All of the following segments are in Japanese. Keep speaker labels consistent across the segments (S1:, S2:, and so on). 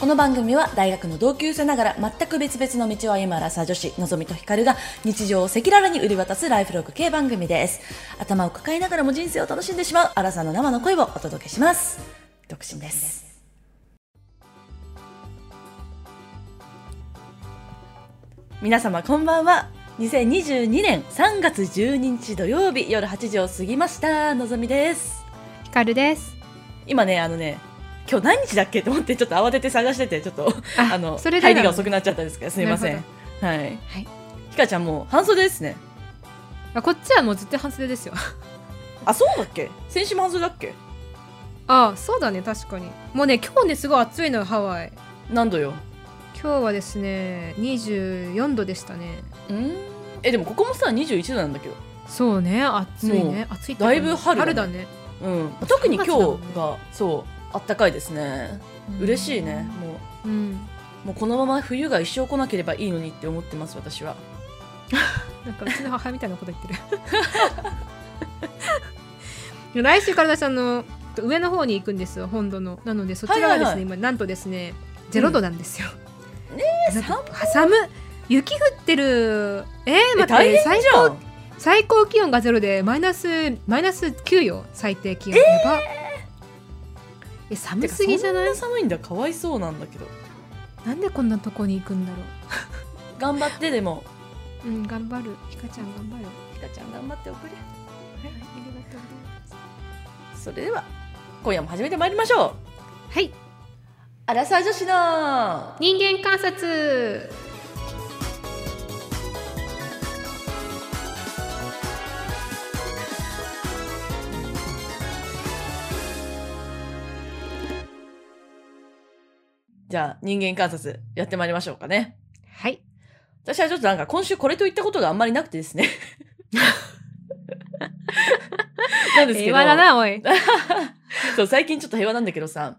S1: この番組は大学の同級生ながら全く別々の道を歩むアラサー女子のぞみとひかるが日常を赤裸々に売り渡すライフログ系番組です頭を抱えながらも人生を楽しんでしまうアラサーの生の声をお届けします独身です皆様こんばんは2022年3月12日土曜日夜8時を過ぎましたのぞみです
S2: ひかるです。
S1: 今ねあのね今日何日だっけと思ってちょっと慌てて探しててちょっとあの
S2: それで
S1: 入り
S2: な
S1: が
S2: の
S1: 遅くなっちゃったんですけどすみませ
S2: なんる
S1: はい
S2: はい
S1: ひかちゃんもう半袖ですね
S2: あこっちはもうずっと半袖です よ。
S1: あそうだっけ先週も半袖だっけ
S2: あそうだね確かに。もうね今日ねすごい暑いのよハワイ。
S1: 何度よ
S2: 今日はですね24度でしたね。
S1: うんえでもここもさ21度なんだけど
S2: そうね暑いね暑いってか
S1: だいぶ春だね
S2: だね。
S1: うん特に今日
S2: 3月だ
S1: がそうあったかいですね
S2: うん
S1: 嬉しいね。もう
S2: うん。
S1: もうこのまま冬が一生来なければいいのにって思ってます私は
S2: なんかうちの母みたいなこと言ってる。 来週から私あの上の方に行くんですよ本土のなのでそちらはですね、
S1: はいはい
S2: 今なんとですねゼロ度なんですよ。
S1: ね
S2: え寒い雪降ってるえー、
S1: え
S2: 待っ
S1: 大
S2: て
S1: 変
S2: 最
S1: じ
S2: 高
S1: ゃん
S2: 最高気温がゼロでマイナスマイナス9よ最低気温、やばえ寒すぎじゃない
S1: てかそんな寒いんだかわいそうなんだけど
S2: なんでこんなとこに行くんだろ
S1: 頑張ってでも
S2: ううん頑張るひかちゃん頑張る
S1: ひかちゃん頑張っておくれ
S2: はいありがとうございます
S1: それでは今夜も始めてまいりましょう
S2: はい
S1: アラサー女子の
S2: 人間観察
S1: じゃあ人間観察やってまいりましょうかね
S2: はい
S1: 私はちょっとなんか今週これといったことがあんまりなくてですね なんですけど
S2: 平和だなおい、
S1: そう最近ちょっと平和なんだけどさ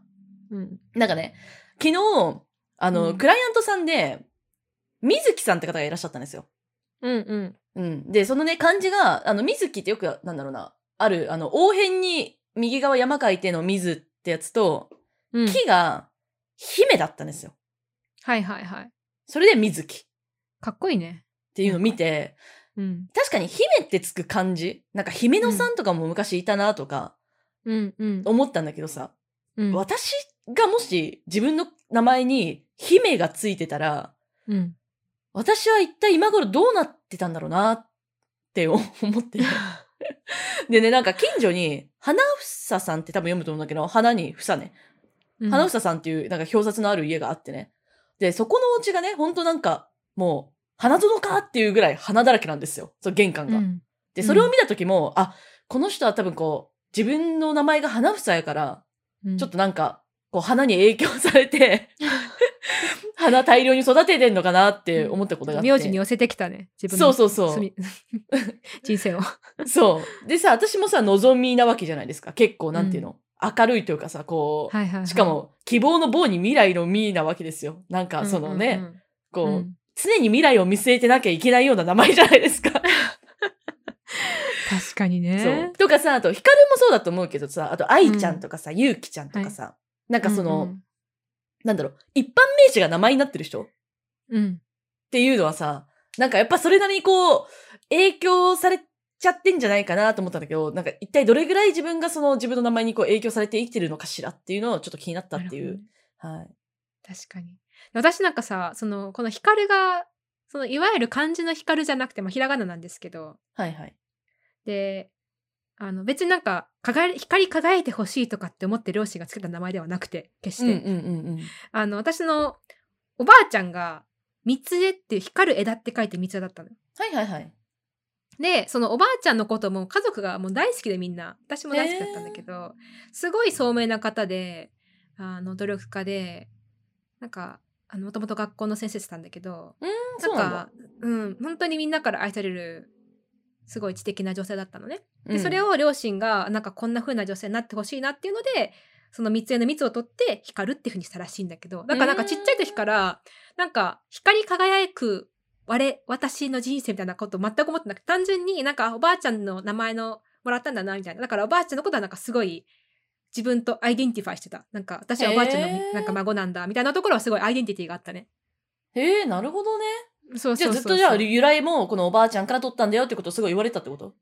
S2: うん、
S1: なんかね昨日あの、
S2: うん
S1: クライアントさんで水木さんって方がいらっしゃったんですよ
S2: うんうん
S1: うん、でそのね漢字があの水木ってよくなんだろうなあるあの応変に右側山書いての水ってやつと
S2: うん
S1: 木が姫だったんですよ
S2: はいはいはい
S1: それで水木っ
S2: かっこいいね
S1: ていうのを見て
S2: うん
S1: 確かに姫ってつく漢字なんか姫野さんとかも昔いたなとか
S2: うんうん
S1: 思ったんだけどさ、
S2: うん
S1: 私がもし自分の名前に姫がついてたら
S2: うん
S1: 私は一体今頃どうなってたんだろうなって 思って。でね、なんか近所に、花房さんって多分読むと思うんだけど、花に房ね。
S2: うん
S1: 花房さんっていうなんか表札のある家があってね。で、そこのお家がね、ほんとなんか、もう、花園かっていうぐらい花だらけなんですよ。その玄関
S2: う
S1: が。
S2: ん
S1: で、それを見た時も、あ、この人は多分こう、自分の名前が花房やから、
S2: うん
S1: ちょっとなんか、こう、花に影響され て、花大量に育ててんのかなって思ったことがあって。
S2: 名字に寄せてきたね自分
S1: そ
S2: の
S1: うそうそう。
S2: 罪 人生を
S1: そう。でさ、私もさ、望みなわけじゃないですか。結構、なんていうの、明るいというかさ、こう、
S2: はいはいはい
S1: しかも、希望の棒に未来の実なわけですよ。なんか、そのね、
S2: うん
S1: こ
S2: うん
S1: う、
S2: うんうん
S1: 常に未来を見据えてなきゃいけないような名前じゃないですか。
S2: 確かに
S1: そう
S2: ね。
S1: とかさ、あと、ヒカルもそうだと思うけどさ、あと、愛ちゃんとかさ、ゆうきちゃんとかさ、なんかその、なんだろう、一般名詞が名前になってる人っ
S2: うんうん
S1: ていうのはさ、なんかやっぱそれなりにこう、影響されちゃってんじゃないかなと思ったんだけど、なんか一体どれぐらい自分がその自分の名前にこう影響されて生きてるのかしらっていうのをちょっと気になったってい
S2: なるほ
S1: う
S2: どね。
S1: はい。
S2: 確かに私なんかさそのこの光がそのいわゆる漢字の光じゃなくてもひらがななんですけど
S1: はいはい。
S2: であの別になんか輝光り輝いてほしいとかって思って両親がつけた名前ではなくて決して、
S1: うん
S2: あの私のおばあちゃんが「三つ枝」っていう光る枝って書いて三つ枝だったの。
S1: はいはいはい。
S2: でそのおばあちゃんのことも家族がもう大好きでみんな私も大好きだったんだけど、すごい聡明な方であの努力家でなんかあのもともと学校の先生してたんだけど
S1: うん、
S2: なん
S1: そう
S2: か
S1: なんだ。
S2: うん、本当にみんなから愛されるすごい知的な女性だったのね。で、
S1: うん
S2: それ、を両親がなんかこんな風な女性になってほしいなっていうのでその三つ絵の蜜を取って光るっていう風にしたらしいんだけどだからなんかちっちゃい時からなんか光り輝く我私の人生みたいなこと全く思ってなくて単純になんかあおばあちゃんの名前のもらったんだなみたいなだからおばあちゃんのことはなんかすごい自分とアイデンティファイしてた。なんか、私はおばあちゃんのみ
S1: へー
S2: なんか孫なんだ、みたいなところはすごいアイデンティティがあったね。
S1: へえ、なるほどね。
S2: そう
S1: じ
S2: そ
S1: ゃ
S2: う
S1: あ
S2: そ
S1: ずっと
S2: うそう
S1: じゃあ由来もこのおばあちゃんから取ったんだよってことをすごい言われたってこと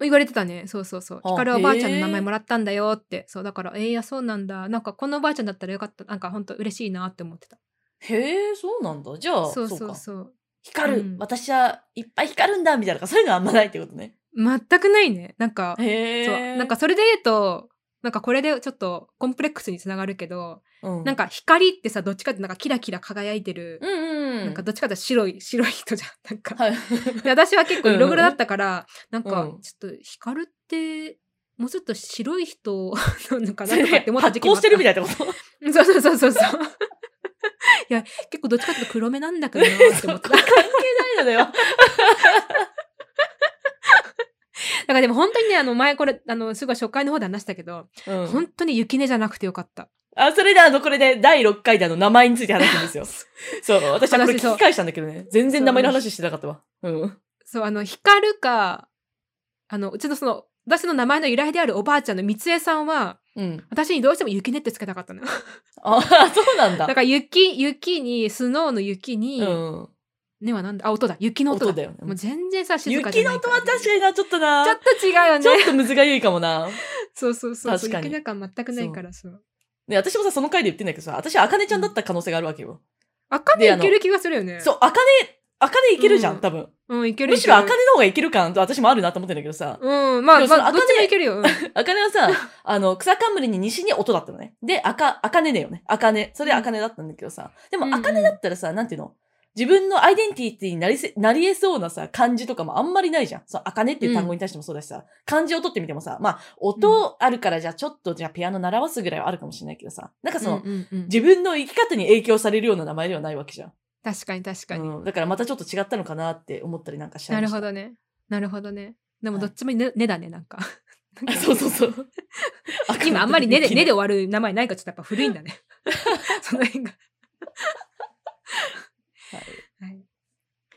S2: 言われてたね。そうそうそう。
S1: あ
S2: ヒカルはおばあちゃんの名
S1: へ
S2: 前
S1: ー
S2: もらったんだよって。そう、だから、えー、いや、そうなんだ。なんか、このおばあちゃんだったらよかった。なんか、本当嬉しいなって思ってた。
S1: へえ、そうなんだ。じゃあ、
S2: そ
S1: そうう
S2: そうそう
S1: か。光る、
S2: うん
S1: 私はいっぱい光るんだみたいな、そういうのはあんまないってことね。
S2: 全くないね。なんか、
S1: へえ。
S2: そう。なんか、、それで言うと、なんか、これでちょっとコンプレックスにつながるけど、
S1: うん、
S2: なん、か、光ってさ、どっちかってなんか、キラキラ輝いてる。
S1: うんうん。
S2: なんか、どっちかって白い、白い人じゃん。 なんか。
S1: はい。
S2: で私は結構色黒だったから、なん
S1: う
S2: か
S1: ん、
S2: ちょっと、ヒカルって、もうちょっと白い人な のかなとかって思った
S1: 発
S2: 時期も
S1: 光
S2: あ
S1: し
S2: っ。
S1: たてるみたいなこと
S2: うんそうそうそうそうそう。 いや、結構どっちかっていうと黒目なんだけどなーって思 った。
S1: そ
S2: だ
S1: う関係ないのだよ。
S2: からでも本当にね、あの前これ、あの、すごい初回の方で話したけど、
S1: う
S2: 本
S1: ん、
S2: 当に雪音じゃなくてよかった。
S1: あそれであのこれで第6回であの名前について話すん ですよ。そう私はこれ
S2: 話そう
S1: 聞き返したんだけどね全然名前の話してなかったわ。うん、
S2: そう、あの、光るか、あの、うちのその、私の名前の由来であるおばあちゃんの三江さんは、
S1: うん、
S2: 私にどうしても雪音ってつけたかったの。
S1: あそうなんだ。
S2: だから雪、雪に、スノーの雪に、
S1: うん、
S2: ねはなんだ、あ、音だ、雪の音だ。
S1: 音だよね
S2: もう全然さ、静かじゃ
S1: 雪
S2: な
S1: の
S2: い
S1: 音
S2: から
S1: は確かになちょっとな
S2: ちょっと違うよ
S1: ちょ
S2: ね。
S1: っと難がゆいかもな。
S2: そうそうそう。
S1: 確かに
S2: 雪の感全くないから、そう。
S1: ね、私もさ、その回で言ってんだけどさ、私、あかねちゃんだった可能性があるわけよ。
S2: あかね
S1: で
S2: いける気がするよね。
S1: そう、あかね、あかねいけるじゃん、
S2: うん
S1: 多分。
S2: うん、いける
S1: むしろあ
S2: い
S1: か
S2: け
S1: ね
S2: る
S1: の方がいける感と私もあるなと思ってんだけど さ、
S2: うん、まあ、
S1: でもその
S2: まあ、どっ
S1: 茜
S2: ちもいけるよ。うん
S1: あかねはさ、あの、草冠に西に音だったのね。で、あか、あかねだよね。あかね。それあかねだったんだけどさ。で も、あかねだったらさ、なんていうの自分のアイデンティティになりせ、なり得そうなさ、漢字とかもあんまりないじゃん。そう、あかねっていう単語に対してもそうだしさ、漢字を取ってみてもさ、まあ、音あるからじゃあちょっとじゃあピアノ習わすぐらいはあるかもしれないけどさ、なんかその、
S2: うんうんうん
S1: 自分の生き方に影響されるような名前ではないわけじゃん。
S2: 確かに確かに。
S1: うん、だからまたちょっと違ったのかなって思ったりなんかしちゃ
S2: な
S1: ま
S2: いる
S1: した
S2: ほどね。なるほどね。でも、
S1: はい
S2: どっちもね、ねだね、なんか。
S1: あそうそうそう。
S2: 今、あん まりねで、ねで
S1: で。
S2: 終わる名前ないから、ちょっとやっぱ古いん だね。その辺が。はい。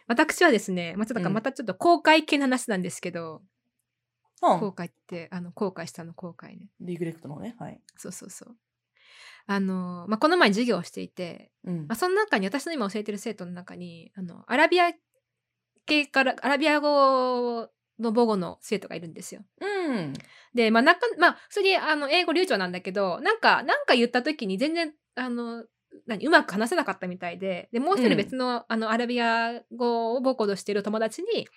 S2: 私はですね、まあ、ちょっとか
S1: うん
S2: またちょっと後悔系の話なんですけど、
S1: うん
S2: 後悔って、あの、後悔したの後悔ね。
S1: リグレクトのね。はい。
S2: そうそうそう。あの、まあ、この前授業をしていて、
S1: うん
S2: まあ、。その中に私の今教えてる生徒の中にあのアラビア系からアラビア語の母語の生徒がいるんですよ。
S1: うん。
S2: でまあなんかまあそれであの英語流暢なんだけどなんかなんか言った時に全然あの何うまく話せなかったみたいででもう一
S1: う
S2: 人
S1: ん
S2: 別の,、あのアラビア語を母語としてる友達に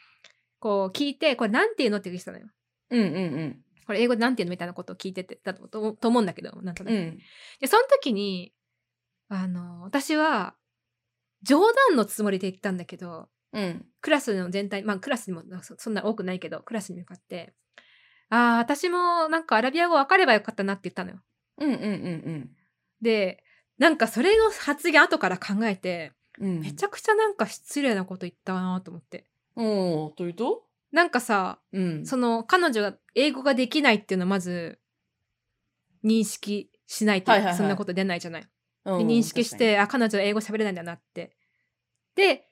S2: こう聞いてこれなんていうのって聞いてたのよ。
S1: うんうん
S2: これ英語でなんていうのみたいなことを聞いててたととと思うんだけどなんとな
S1: うん。う
S2: く。
S1: ん。
S2: で、その時に、あの、私は、冗談のつもりで言ったんだけど、
S1: うん。
S2: クラスの全体、まあクラスにもそそんな多くないけど、クラスに向かって、ああ、私もなんかアラビア語分かればよかったなって言ったのよ。
S1: うんうんうん
S2: で、なんかそれの発言後から考えて、
S1: うん。うん。
S2: めちゃくちゃなんか失礼なこと言ったなと思って。
S1: おーというと
S2: なんかさ、
S1: うん。
S2: その彼女が英語ができないっていうのはまず認識しないと、
S1: はいはいはい
S2: そんなこと出ないじゃない。
S1: うん
S2: で認識し。て、あ、彼女は英語喋れないんだなって。で、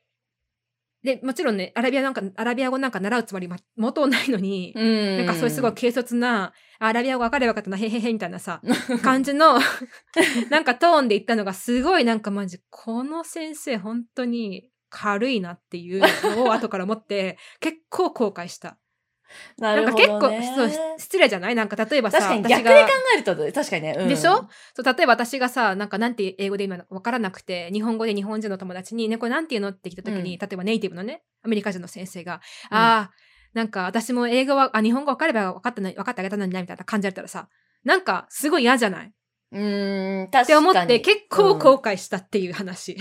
S2: で、もちろんね、アラビアなんか、アラビア語なんか習うつもりま、元ないのに、
S1: 確かにうん。
S2: なんかそういうすごい軽率な、あアラビア語分かればよかったな、へへへみたい なさ、感じの、なんかトーンで言ったのが、すごいなんかマジ、この先生本当に軽いなっていうのを後から思って、結構後悔した。
S1: な
S2: なん
S1: る
S2: か
S1: ほ
S2: 結
S1: ど
S2: 構
S1: ね。、
S2: そう、失礼じゃないなんか例えばさ、
S1: 確かに
S2: 私
S1: 逆
S2: が
S1: で考えると、確かにね。うん
S2: でしょそう例えば私がさなんかなんて英語で今分からなくて日本語で日本人の友達に「ねこれなんていうの?」って来た時に、
S1: うん
S2: 例えばネイティブのねアメリカ人の先生が「
S1: うん
S2: あーなんか私も英語はあ日本語分かれば分かったのに分かってあげたのにな」みたいな感じだったらさなんかすごい嫌じゃないっ
S1: うーん、確かに。
S2: て思って結構
S1: うん
S2: 後悔したっていう話。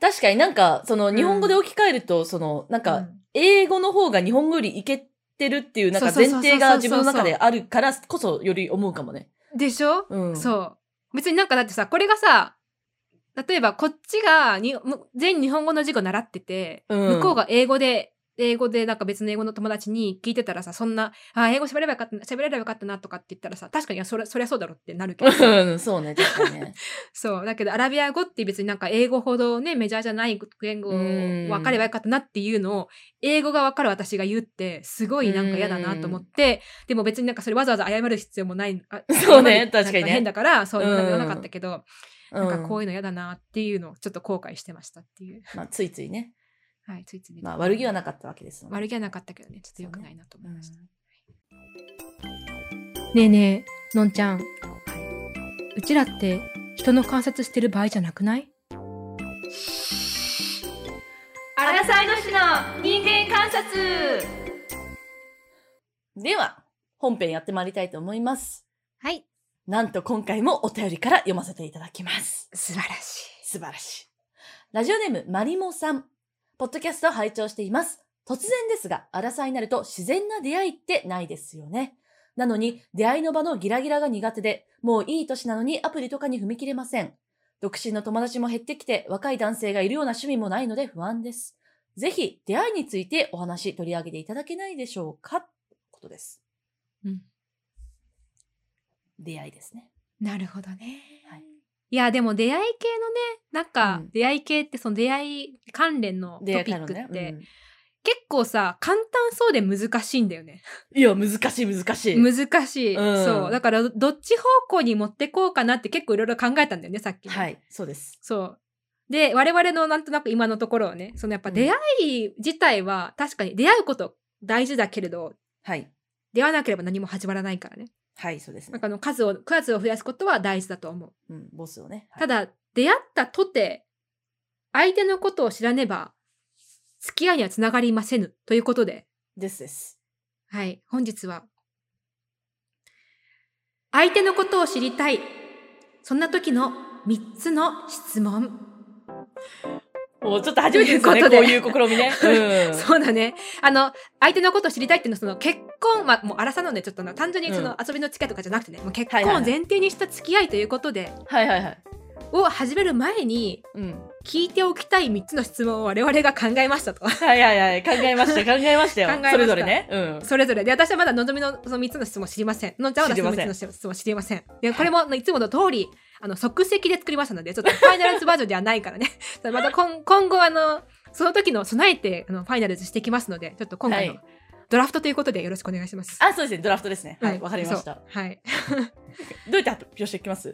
S1: 確かになんか、その、日本語で置き換えると、その、なん
S2: う
S1: か、
S2: ん
S1: 英語の方が日本語よりいけてるっていう、なんか
S2: そう
S1: 前
S2: そうそうそ
S1: 提
S2: う
S1: が自分の中であるからこそより思うかもね。
S2: でしょ、
S1: うん。う。
S2: そう別になんかだってさこれがさ例えばこっちがにむ全日本語の授業習ってて、
S1: うん
S2: 向こうが英語で英語でなんか別の英語の友達に聞いてたらさ、そんな、あー英語喋ればよかったな、喋れればよかったなとかって言ったらさ、確かにいやそれそりゃそうだろってなるけど、
S1: うん、 そうね、確かにね。
S2: そう。だけど、アラビア語って別になんか英語ほどね、メジャーじゃない言語を
S1: うん
S2: 分かればよかったなっていうのを、英語が分かる私が言うって、すごいなんか嫌だなと思って、でも別になんかそれわざわざ謝る必要もない。あ
S1: そうね
S2: 謝るなん
S1: 確かにね
S2: 変だから、そう
S1: う
S2: い
S1: ん
S2: うのはなかったけど、
S1: うん
S2: なんかこういうの嫌だなっていうのをちょっと後悔してましたっていう。
S1: まあ、ついついね、
S2: はい、ついつい、
S1: まあ、悪気はなかったわけですよね
S2: 悪気はなかったけどね、ちょっと良くないなと思
S1: う
S2: い
S1: ん
S2: ました。ねえねえ、のんちゃん。うちらって人の観察してる場合じゃなくないアラサイの市の人間観察
S1: では、本編やってまいりたいと思います。
S2: はい。
S1: なんと今回もお便りから読ませていただきます。
S2: 素晴らし
S1: 素晴らしい。ラジオネーム、マリモさん。ポッドキャストを拝聴しています。突然ですが、アラサーになると自然な出会いってないですよね。なのに、出会いの場のギラギラが苦手で、もういい年なのにアプリとかに踏み切れません。独身の友達も減ってきて、若い男性がいるような趣味もないので不安です。ぜひ、出会いについてお話取り上げていただけないでしょうかということです。
S2: い。うん。
S1: 出会いですね。
S2: なるほどね。
S1: はい
S2: い、や、でも出会い系のね、なんか、
S1: うん
S2: 出会い系ってその出会い関連のトピ
S1: 出会いか
S2: ッ
S1: ら
S2: クって、
S1: ね。
S2: 結構さ、簡単そうで難しいんだよね。
S1: うんいや、難しい難しい。
S2: 難しい。
S1: うん
S2: そう。だから、どっち方向に持ってこうかなって結構いろいろ考えたんだよね、さっきも。
S1: はい、そうです。
S2: そう。で、我々のなんとなく今のところはね、そのやっぱ出会い自体は確かに出会うこと大事だけれど、
S1: はい。
S2: 出会わなければ何も始まらないからね。
S1: はい、そうですね
S2: なん。かあの数を、数を増やすことは大事だと思う。
S1: うん、ボスをね。はい
S2: ただ、出会ったとて、相手のことを知らねば、付き合いにはつながりませぬ。ということで、
S1: ですです。
S2: はい、本日は、相手のことを知りたい。そんな時の3つの質問。
S1: おちょっと初めてですね、こ
S2: と
S1: う
S2: い
S1: いうう試みね。う ん。
S2: そうだね。あの、相手のことを知りたいっていうのは、その結婚、まあ、もう荒さなので、ちょっとな単純にその遊びの付き合いとかじゃなくてね、もう結婚
S1: はい
S2: を
S1: はいはい
S2: 前提にした付き合いということで、
S1: はいはいはい。
S2: を始める前に、
S1: うん。
S2: 聞いておきたい3つの質問を我々が考えましたと。
S1: はいはいはい。考えました、考えましたよ。
S2: 考えました
S1: それぞれね。うん。
S2: それぞれ。で、私はまだのぞみのその3つの質問を知りません。のんちゃんは私の3つの質問を知りません。で、これもあのいつもの通り、あの、即席で作りましたので、ちょっとファイナルズバージョンではないからね。 そうまた今今後、あの、その時の備えて、あの、ファイナルズしていきますので、ちょっと今回の
S1: はい
S2: ドラフトということでよろしくお願いします。
S1: あ、そうですね、ドラフトですね。はい、
S2: うん
S1: わかりまし。た
S2: そ。うはい。
S1: どうやって発表していきます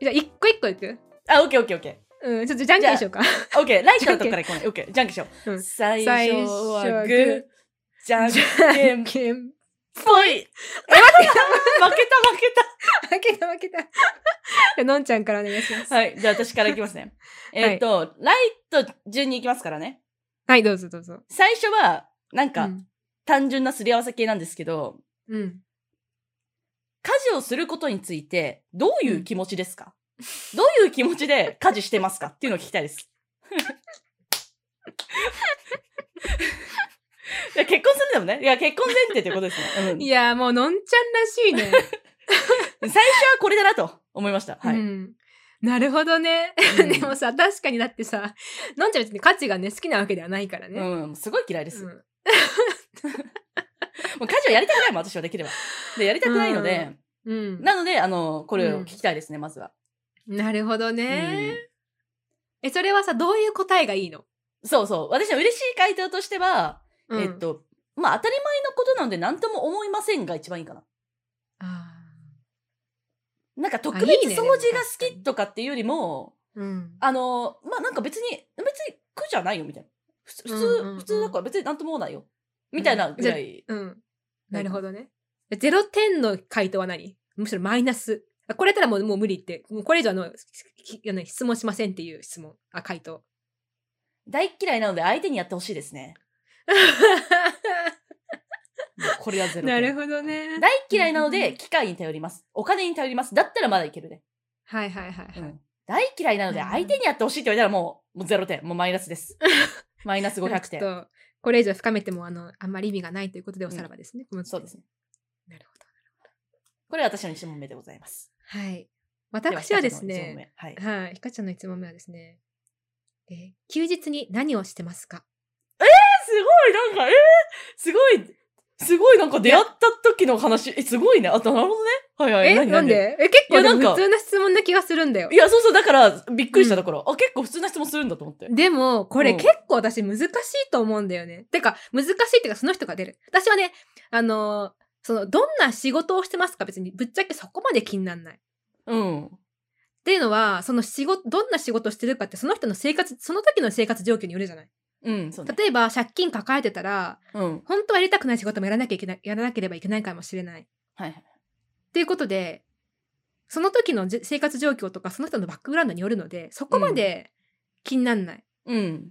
S2: じゃあ、一個一個いく
S1: あ、オッケーオッケーオッケ
S2: うん、ちょっとじゃんけんしようか。
S1: ー。オッケー、ライトのとこから行こうね。オッケー、じゃんけんしよ
S2: う
S1: う。
S2: ん
S1: 最初は
S2: 最初は
S1: グ
S2: グ
S1: ー
S2: ー、
S1: じゃん
S2: じ
S1: け ん
S2: ゃん
S1: ぽい。
S2: けん。
S1: え、待ってた負け
S2: 負けた負けた。じゃあのんちゃんからお願いし
S1: た
S2: ま
S1: 負け
S2: す。
S1: た。
S2: はい、
S1: はい、じゃあ私からいきます ね。えっと、ライト順にいきますからね。
S2: どうぞどうぞ。
S1: 最初は、なん
S2: う
S1: か、
S2: ん
S1: 単純なすり合わせ系なんですけど、
S2: うん。
S1: 家事をすることについて、どういう気持ちですか、どういう気持ちで家事してますかっていうのを聞きたい です。いや結婚するでもね。いや、結婚前提ということですね。うん
S2: いや、もうのんちゃんらしいね。
S1: 最初はこれだなと思いました。はい。
S2: うん、なるほどね、
S1: うん
S2: でもさ確かにだってさのんちゃん別に価値がね好きなわけではないからね、
S1: うん、すごい嫌いで
S2: う
S1: す。
S2: ん
S1: もう家事をやりたくないもん、私はできれば。で、やりたくないので、
S2: うんな
S1: なので、あの、これを聞きたいですね、まずは。
S2: るほど
S1: う
S2: ね、
S1: ん
S2: えそれはさどういう答えがいいの、
S1: そうそう。私の嬉しい回答としては、
S2: うん
S1: えっと、まあ当たり前のことなんで何とも思いませんが一番いいかな。
S2: あ
S1: なんか特
S2: あい
S1: 別
S2: いね
S1: 掃除が好きとかっていうよりも、
S2: ーうん
S1: あの、まあなんか別に、別に苦じゃないよみたいな。ふつ普通、
S2: うんうんうん
S1: 普通だから別に何とも思わないよ。みたいなぐらい。
S2: うんなるほどね0点の回答は何むしろマイナスあこれやったらもうもう無理ってもうこれ以上あのききあの質問しませんっていう質問あ回答
S1: 大っ嫌いなので相手にやってほしいですね。もうこれはゼロ点。
S2: なるほどね
S1: 大っ嫌いなので機械に頼ります。お金に頼ります。だったらまだいけるね。
S2: はいはいはいはい、
S1: うん大っ嫌いなので
S2: うん
S1: 相手にやってほしいって言われたらもう、もうゼロ点。もうマイナス です。マイナス500
S2: ち
S1: 点。
S2: ょっとこれ以上深めてもあのあんまり意味がないということでおさらばですね。この
S1: そうですね。
S2: なるほど。
S1: これは私の1問目でございます。
S2: はい。私はです
S1: では。
S2: ね、
S1: ひかちゃんの一問目はい。
S2: はい、ひかちゃんの1問目はですね、えー休日に何をしてますか
S1: すい、なんか、えー、すごい、すごい、なんか出会った時の話、え、すごいね。あ、なるほどね。はいはい。
S2: え、
S1: 何
S2: な
S1: 何
S2: んでえ、結構
S1: いや
S2: で
S1: なんか
S2: も普通な質問な気がするんだよ
S1: い。や、そうそう、だから、びっくりしたところ、あ、結構普通な質問するんだと思って。
S2: でも、これ
S1: うん
S2: 結構私難しいと思うんだよね。てか、難しいっていうかその人が出る。私はね、あのーその、どんな仕事をしてますか別に、ぶっちゃけそこまで気になんない。っ
S1: うん。
S2: ていうのは、その仕事、どんな仕事をしてるかって、その人の生活、その時の生活状況によるじゃない。
S1: うん、そうね。
S2: 例えば、借金抱えてたら、
S1: うん。
S2: 本当はやりたくない仕事もやらなきゃいけない、やらなければいけないかもしれない。
S1: はいはい。
S2: っていうことで、その時のじ生活状況とか、その人のバックグラウンドによるので、そこまで気になんない。
S1: うん。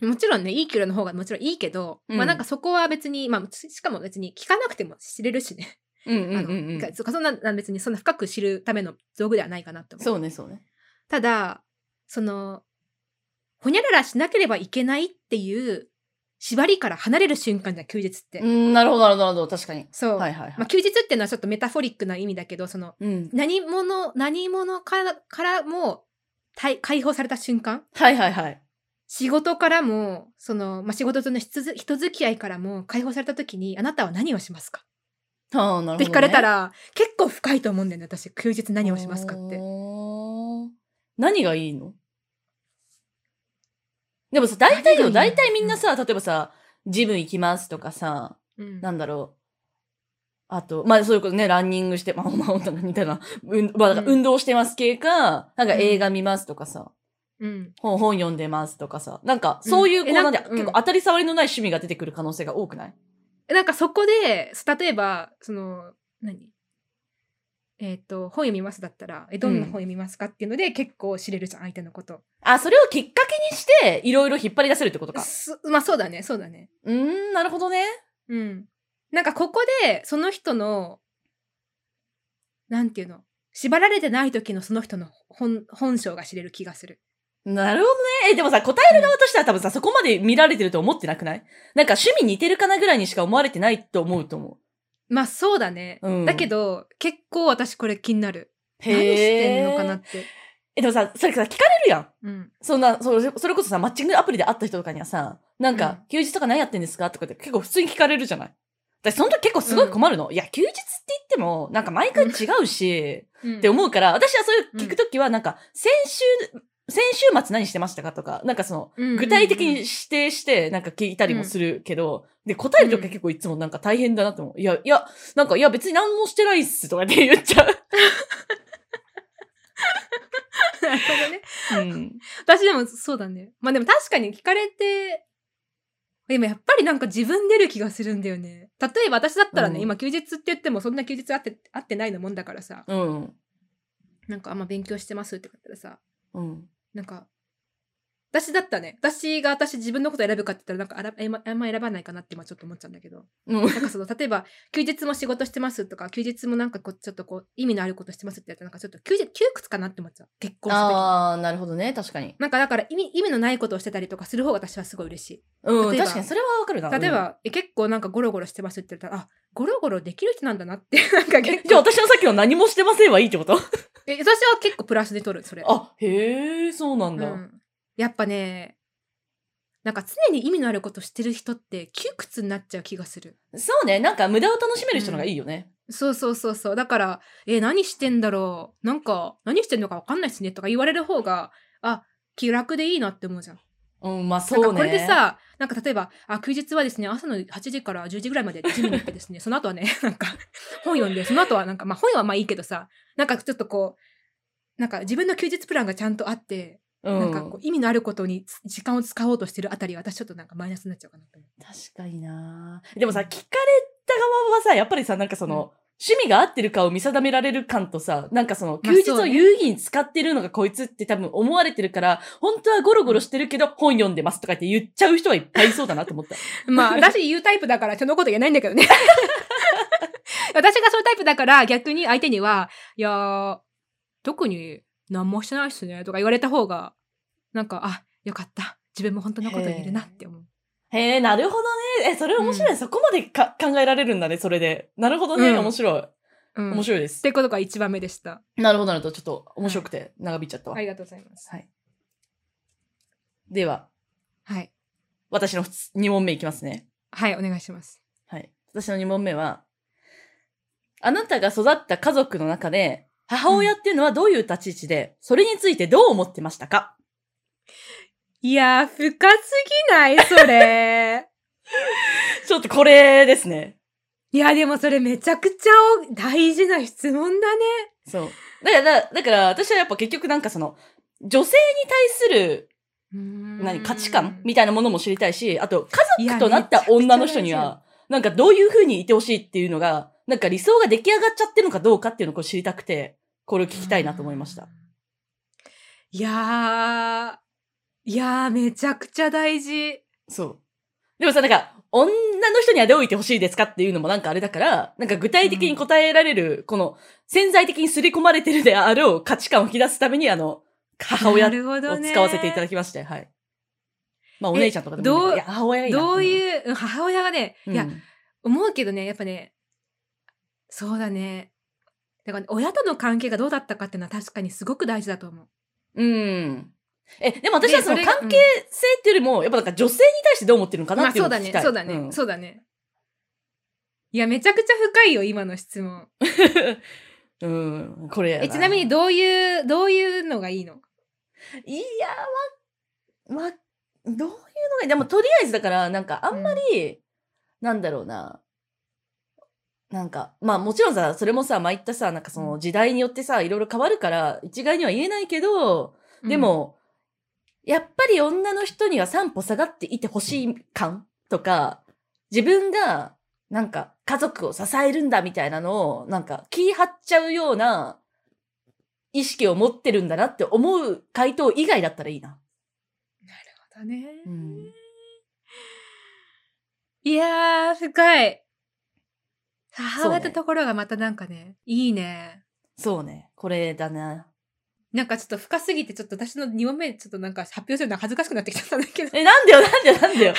S2: もちろんね、いい給料の方がもちろんいいけど、
S1: うん
S2: まあなんかそこは別に、まあししかも別に聞かなくても知れるしね。
S1: うんうん
S2: あ
S1: うん
S2: の
S1: うん。
S2: そそんな別にそんな深く知るための道具ではないかなと思う。
S1: そうね、そうね。
S2: ただ、その、ほにゃららしなければいけないっていう縛りから離れる瞬間じゃん、休日って。
S1: うん、なるほど、なるほどなるほど、確かに。
S2: そう。
S1: はいはいはい。
S2: まあ休日っていうのはちょっとメタフォリックな意味だけど、その、
S1: うん。
S2: 何者、何者からからも解解放された瞬間
S1: はいはいはい。
S2: 仕事からも、その、まあ、仕事との人づ人付き合いからも解放された時に、あなたは何をしますか、
S1: はあ、なるほど、ね。
S2: って聞かれたら、結構深いと思うんだよね、私。休日何をしますかって。
S1: おー。何がいいのでもさ、大体
S2: 何がいい
S1: よ、
S2: の
S1: 大体みんなさ、例えばさ、ジム行きますとかさ、
S2: うん
S1: なんだろう。あと、まあ、そういうことね、ランニングして、まあ、まあ、本当に似たような、うんまあ、だから
S2: うん
S1: 運動してます系か、なんか映画見ますとかさ、
S2: うん。
S1: 本、本読んでますとかさ、なんか、そういう、
S2: うん
S1: こう、
S2: えな
S1: なんん
S2: か
S1: で、
S2: うん
S1: 結構当たり障りのない趣味が出てくる可能性が多くない
S2: なんかそこで、そ例えば、その、何えっ、と、本読みますだったら、え、どんな本読みますかっていうので、結構知れるじゃん、相手のこと。
S1: あ、それをきっかけにして、いろいろ引っ張り出せるってことか。
S2: すまあ、そうだね、そうだね。
S1: うーん、なるほどね。
S2: うん。なんかここで、その人の、なんていうの、縛られてない時のその人の本、本性が知れる気がする。
S1: なるほどね。え、でもさ、答える側としては多分さ、そこまで見られてると思ってなくないなんか趣味似てるかなぐらいにしか思われてないと思うと思
S2: まあそうだね。
S1: うん
S2: だけど、結構私これ気になる。
S1: う。
S2: 何してんのか
S1: へ
S2: な
S1: ー
S2: って。
S1: え、でもさ、それさ、聞かれるやん。
S2: うん。
S1: そんな、それそれこそさ、マッチングアプリで会った人とかにはさ、なん
S2: うん
S1: か、休日とか何やってんですかとかって結構普通に聞かれるじゃない私、その時結構すごい困るの。いや、休日って言っても、なんか毎回違うし、
S2: うん
S1: って思うから、私はそういう聞くときは、なんか、先週、先週末何してましたかとか、なんかその、
S2: うんうんうん
S1: 具体的に指定して、なんか聞いたりもするけど、で、答えるときは結構いつもなんか大変だなと思う。いや、いや、なんか、いや、別に何もしてないっすとかって言っちゃう。
S2: なるほどね。
S1: うん。
S2: 私でもそうだね。まあでも確かに聞かれて、でもやっぱりなんか自分出る気がするんだよね。例えば私だったらね、
S1: うん
S2: 今休日って言ってもそんな休日あって、あってないのもんだからさ、
S1: うん。
S2: なんかあんま勉強してますって言ったらさ、
S1: うん。
S2: なんか、私だったね。私が私自分のこと選ぶかって言ったら、なんかあらあんまあんま選ばないかなって今ちょっと思っちゃうんだけど。
S1: うん。
S2: なんかその、例えば、休日も仕事してますとか、休日もなんかこう、ちょっとこう、意味のあることしてますってやったら、なんかちょっと窮屈窮屈かなって思っちゃう。結婚した時
S1: ああ、なるほどね。確かに。
S2: なんかだから意味、意味のないことをしてたりとかする方が私はすごい嬉しい。
S1: うん。
S2: 例えば
S1: 確かに、それはわかるな。
S2: 例え
S1: うん
S2: ば、え結構なんかゴロゴロしてますって言ったら、あ、ゴロゴロできる人なんだなって、なんか結
S1: じゃあ
S2: 構。
S1: 私のさっきの何もしてませんはいいってこと
S2: え私は結構プラスで取る、それ。
S1: あ、へえ、そうなん
S2: う
S1: だ。
S2: ん、やっぱね、なんか常に意味のあることしてる人って窮屈になっちゃう気がする。
S1: そうね。なんか無駄を楽しめる人のがいいよね。
S2: そうそうそうそう。だから、えー何してんだろう。なんか、何してんのか分かんないっすね。とか言われる方が、あ、気楽でいいなって思うじゃん。
S1: うん、まあそ
S2: な
S1: うんね。
S2: かこれでさ、なんか例えば、あ、休日はですね、朝の8時から10時ぐらいまでジムに行ってですね、そ の後はね、なんか、本読んで、その後はなんか、まあ本はまあいいけどさ、なんかちょっとこう、なんか自分の休日プランがちゃんとあって、
S1: うん、
S2: なんかこう意味のあることに時間を使おうとしてるあたりは私ちょっとなんかマイナスになっちゃうかなと思う。
S1: 確かになでもさ、聞かれた側はさ、やっぱりさ、なんかその、趣味が合ってるかを見定められる感とさ、なんかその、
S2: まあ
S1: 休日
S2: そ
S1: を
S2: うね
S1: 有意義に使ってるのがこいつって多分思われてるから、本当はゴロゴロしてるけど、本読んでますとかって言っちゃう人はいっぱいいそうだなと思った。
S2: まあ、私言うタイプだから、そのこと言えないんだけ どね。私がそういうタイプだから、逆に相手には、いやー、特に何もしてないっすね、とか言われた方が、なんか、あ、よかった。自分も本当のこと言えるなって思う。
S1: へえ、なるほどね。え、それ面白い。
S2: うん
S1: そこまでか考えられるんだね、それで。なるほどね。
S2: うん
S1: 面白い。
S2: うん、
S1: 面
S2: っ
S1: 白いです。
S2: てことが一番目でした。
S1: なるほど、なるほど。ちょっと面白くて長引いちゃったわ。
S2: あ
S1: はい。
S2: りがとうございます。
S1: では、
S2: はい。
S1: 私の2問目いきますね。
S2: はい、お願いします。
S1: はい。私の2問目は、あなたが育った家族の中で、母親っていうのはどういう立ち位置で、それについてどう思ってましたか
S2: いやー、深すぎないそれ。
S1: ちょっとこれですね。
S2: いや、でもそれめちゃくちゃお大事な質問だね。
S1: そう。だから、だだから私はやっぱ結局なんかその、女性に対する、何、価値観みたいなものも知りたいし、あと、家族となった女の人に
S2: いやめちゃくちゃ
S1: は、なんかどういう風にいてほしいっていうのが、なんか理想が出来上がっちゃってるのかどうかっていうのをこう知りたくて、これを聞きたいなと思いました。。
S2: いやー、いやー、めちゃくちゃ大事。
S1: そう。でもさ、なんか、女の人にはどういてほしいですかっていうのもなんかあれだから、なんか具体的に答えられる、この潜在的に刷り込まれてるであろう価値観を引き出すために、あの、母親を
S2: なるほどね
S1: 使わせていただきまして、はい。まあ、お姉ちゃんとかでもいいんだけど、いや、
S2: どう
S1: 母親がいいな。
S2: どういう、うん母親がね、
S1: うん、
S2: いや
S1: う、ん
S2: 思うけどね、やっぱね、そうだね。だから、ね、親との関係がどうだったかっていうのは確かにすごく大事だと思う。
S1: うん。え、でも私はその
S2: でそれ
S1: 関係性っていうよりも、やっぱなんか女性に対してどう思ってるのかな
S2: まあ
S1: っていう
S2: そう
S1: のを聞
S2: だ
S1: き
S2: ね
S1: た、い。
S2: そうだね、
S1: ん
S2: そうだね。いや、めちゃくちゃ深いよ、今の質問。
S1: うん、これや
S2: え、ちなみにどういう、どういうのがいいの
S1: いや、わ、わ、どういうのがいいでも、とりあえずだから、なんか、あんまり、なんだろうな。なんか、まあもちろんさ、それもさ、前言ったさ、なんかその時代によってさ、いろいろ変わるから、一概には言えないけど、で、も、やっぱり女の人には三歩下がっていてほしい感とか、自分が、なんか、家族を支えるんだみたいなのを、なんか、気張っちゃうような意識を持ってるんだなって思う回答以外だったらいいな。
S2: うんなるほどね。
S1: うん
S2: いやー、深い。母
S1: そう
S2: 親
S1: ね
S2: ってところがまたなんかね、いいね。
S1: そうね。これだな。
S2: なんかちょっと深すぎて、ちょっと私の2問目、ちょっとなんか発表するのは恥ずかしくなってきちゃったんだけど。
S1: え、なんだよ、 なんだよ、なんだよ。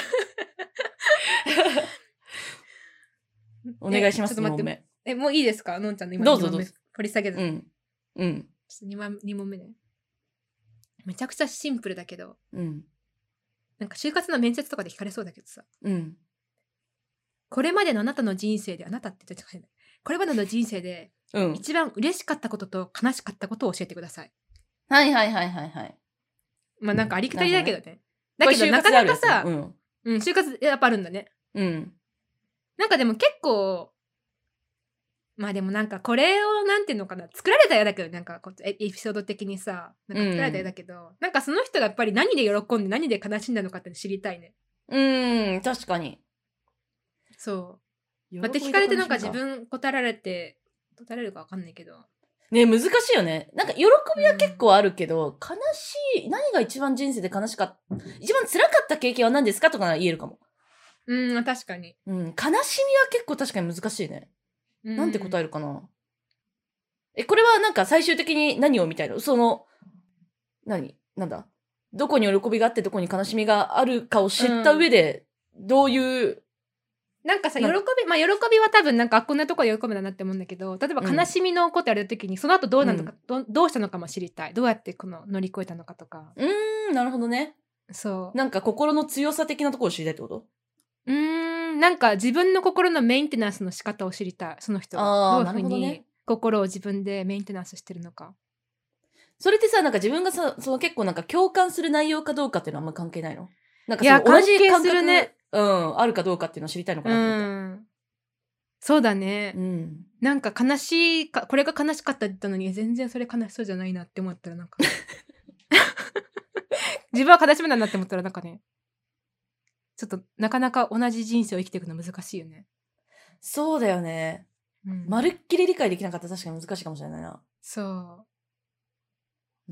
S1: お願いしま
S2: え
S1: す、
S2: ちょ
S1: 2
S2: っと待
S1: 問
S2: って
S1: 目。
S2: え、もういいですかのんちゃんの今
S1: どうぞ
S2: 二問目
S1: どう
S2: 掘り下げた、
S1: う
S2: ちょ
S1: ん。うん。
S2: っと 2, 番二問目ね。めちゃくちゃシンプルだけど、
S1: うん。
S2: なんか就活の面接とかで聞かれそうだけどさ、
S1: うん。
S2: これまでのあなたの人生で、あなたって言っちゃいけない。これまでの人生で、
S1: うん。
S2: 一番嬉しかったことと悲しかったことを教えてください。
S1: はいはいはいはいはい。
S2: まあなんかありきたりだけどね。
S1: こ
S2: だ
S1: れ
S2: けど
S1: 就
S2: な
S1: 活
S2: か
S1: であ
S2: な
S1: る
S2: か
S1: やつね
S2: さ、
S1: うん。
S2: うん、就活やっぱあるんだね。
S1: うん。
S2: なんかでも結構、まあでもなんかこれをなんていうのかな、作られたやだけど、なんかこうエエピソード的にさ、なんか作られたやだけど、なんかその人がやっぱり何で喜んで何で悲しんだのかって知りたいね。
S1: うーん、確かに。
S2: そ
S1: 喜び
S2: う。まあ、って聞かれてなんか自分答えられて、答えられるかわかんないけど。
S1: ね、難しいよね。なんか、喜びは結構あるけど、悲しい、何が一番人生で悲しかった、一番辛かった経験は何ですかとかなら言えるかも。
S2: うん、うん確かに。
S1: うん、悲しみは結構確かに難しいね。なんて答え
S2: る
S1: るかな。え、これはなんか最終的に何をみたいな、その、何なんだどこに喜びがあって、どこに悲しみがあるかを知った上で、どういう、
S2: なんかさ、喜
S1: な
S2: び
S1: ん、
S2: まあ、喜びは多分なんか、あこんなとこ喜ぶんだなって思うんだけど、例えば
S1: うん
S2: 悲しみのことやるときに、その後どうなのか、ど、どうしたのかも知りたい。どうやってこの乗り越えたのかとか。
S1: うーん、なるほどね。
S2: そう。
S1: なんか心の強さ的なところを知りたいってこと
S2: うーん、なんか自分の心のメンテナンスの仕方を知りたい。その人
S1: あ
S2: が。
S1: ー
S2: どういうふ
S1: なるほ
S2: う
S1: ど
S2: に
S1: ね
S2: 心を自分でメンテナンスしてるのか。
S1: それってさ、なんか自分がさ、その結構なんか共感する内容かどうかっていうのはあんま関係ないのなんか
S2: いや
S1: その同じ
S2: 関係
S1: 感
S2: する
S1: 覚、
S2: ね
S1: ね、うん、あるかどうかっていうのを知りたいのか
S2: う
S1: なと思っ
S2: ん。そうだね
S1: た。。うん。
S2: なんか悲しいか、これが悲しかったって言ったのに、全然それ悲しそうじゃないなって思った ら、なんか。自分は悲しみなんだなって思ったら、なんかね。ちょっと、なかなか同じ人生を生きていくの難しいよね。
S1: そうだよね。
S2: うん、
S1: まるっきり理解できなかったら確かに難しいかもしれないな。
S2: そう。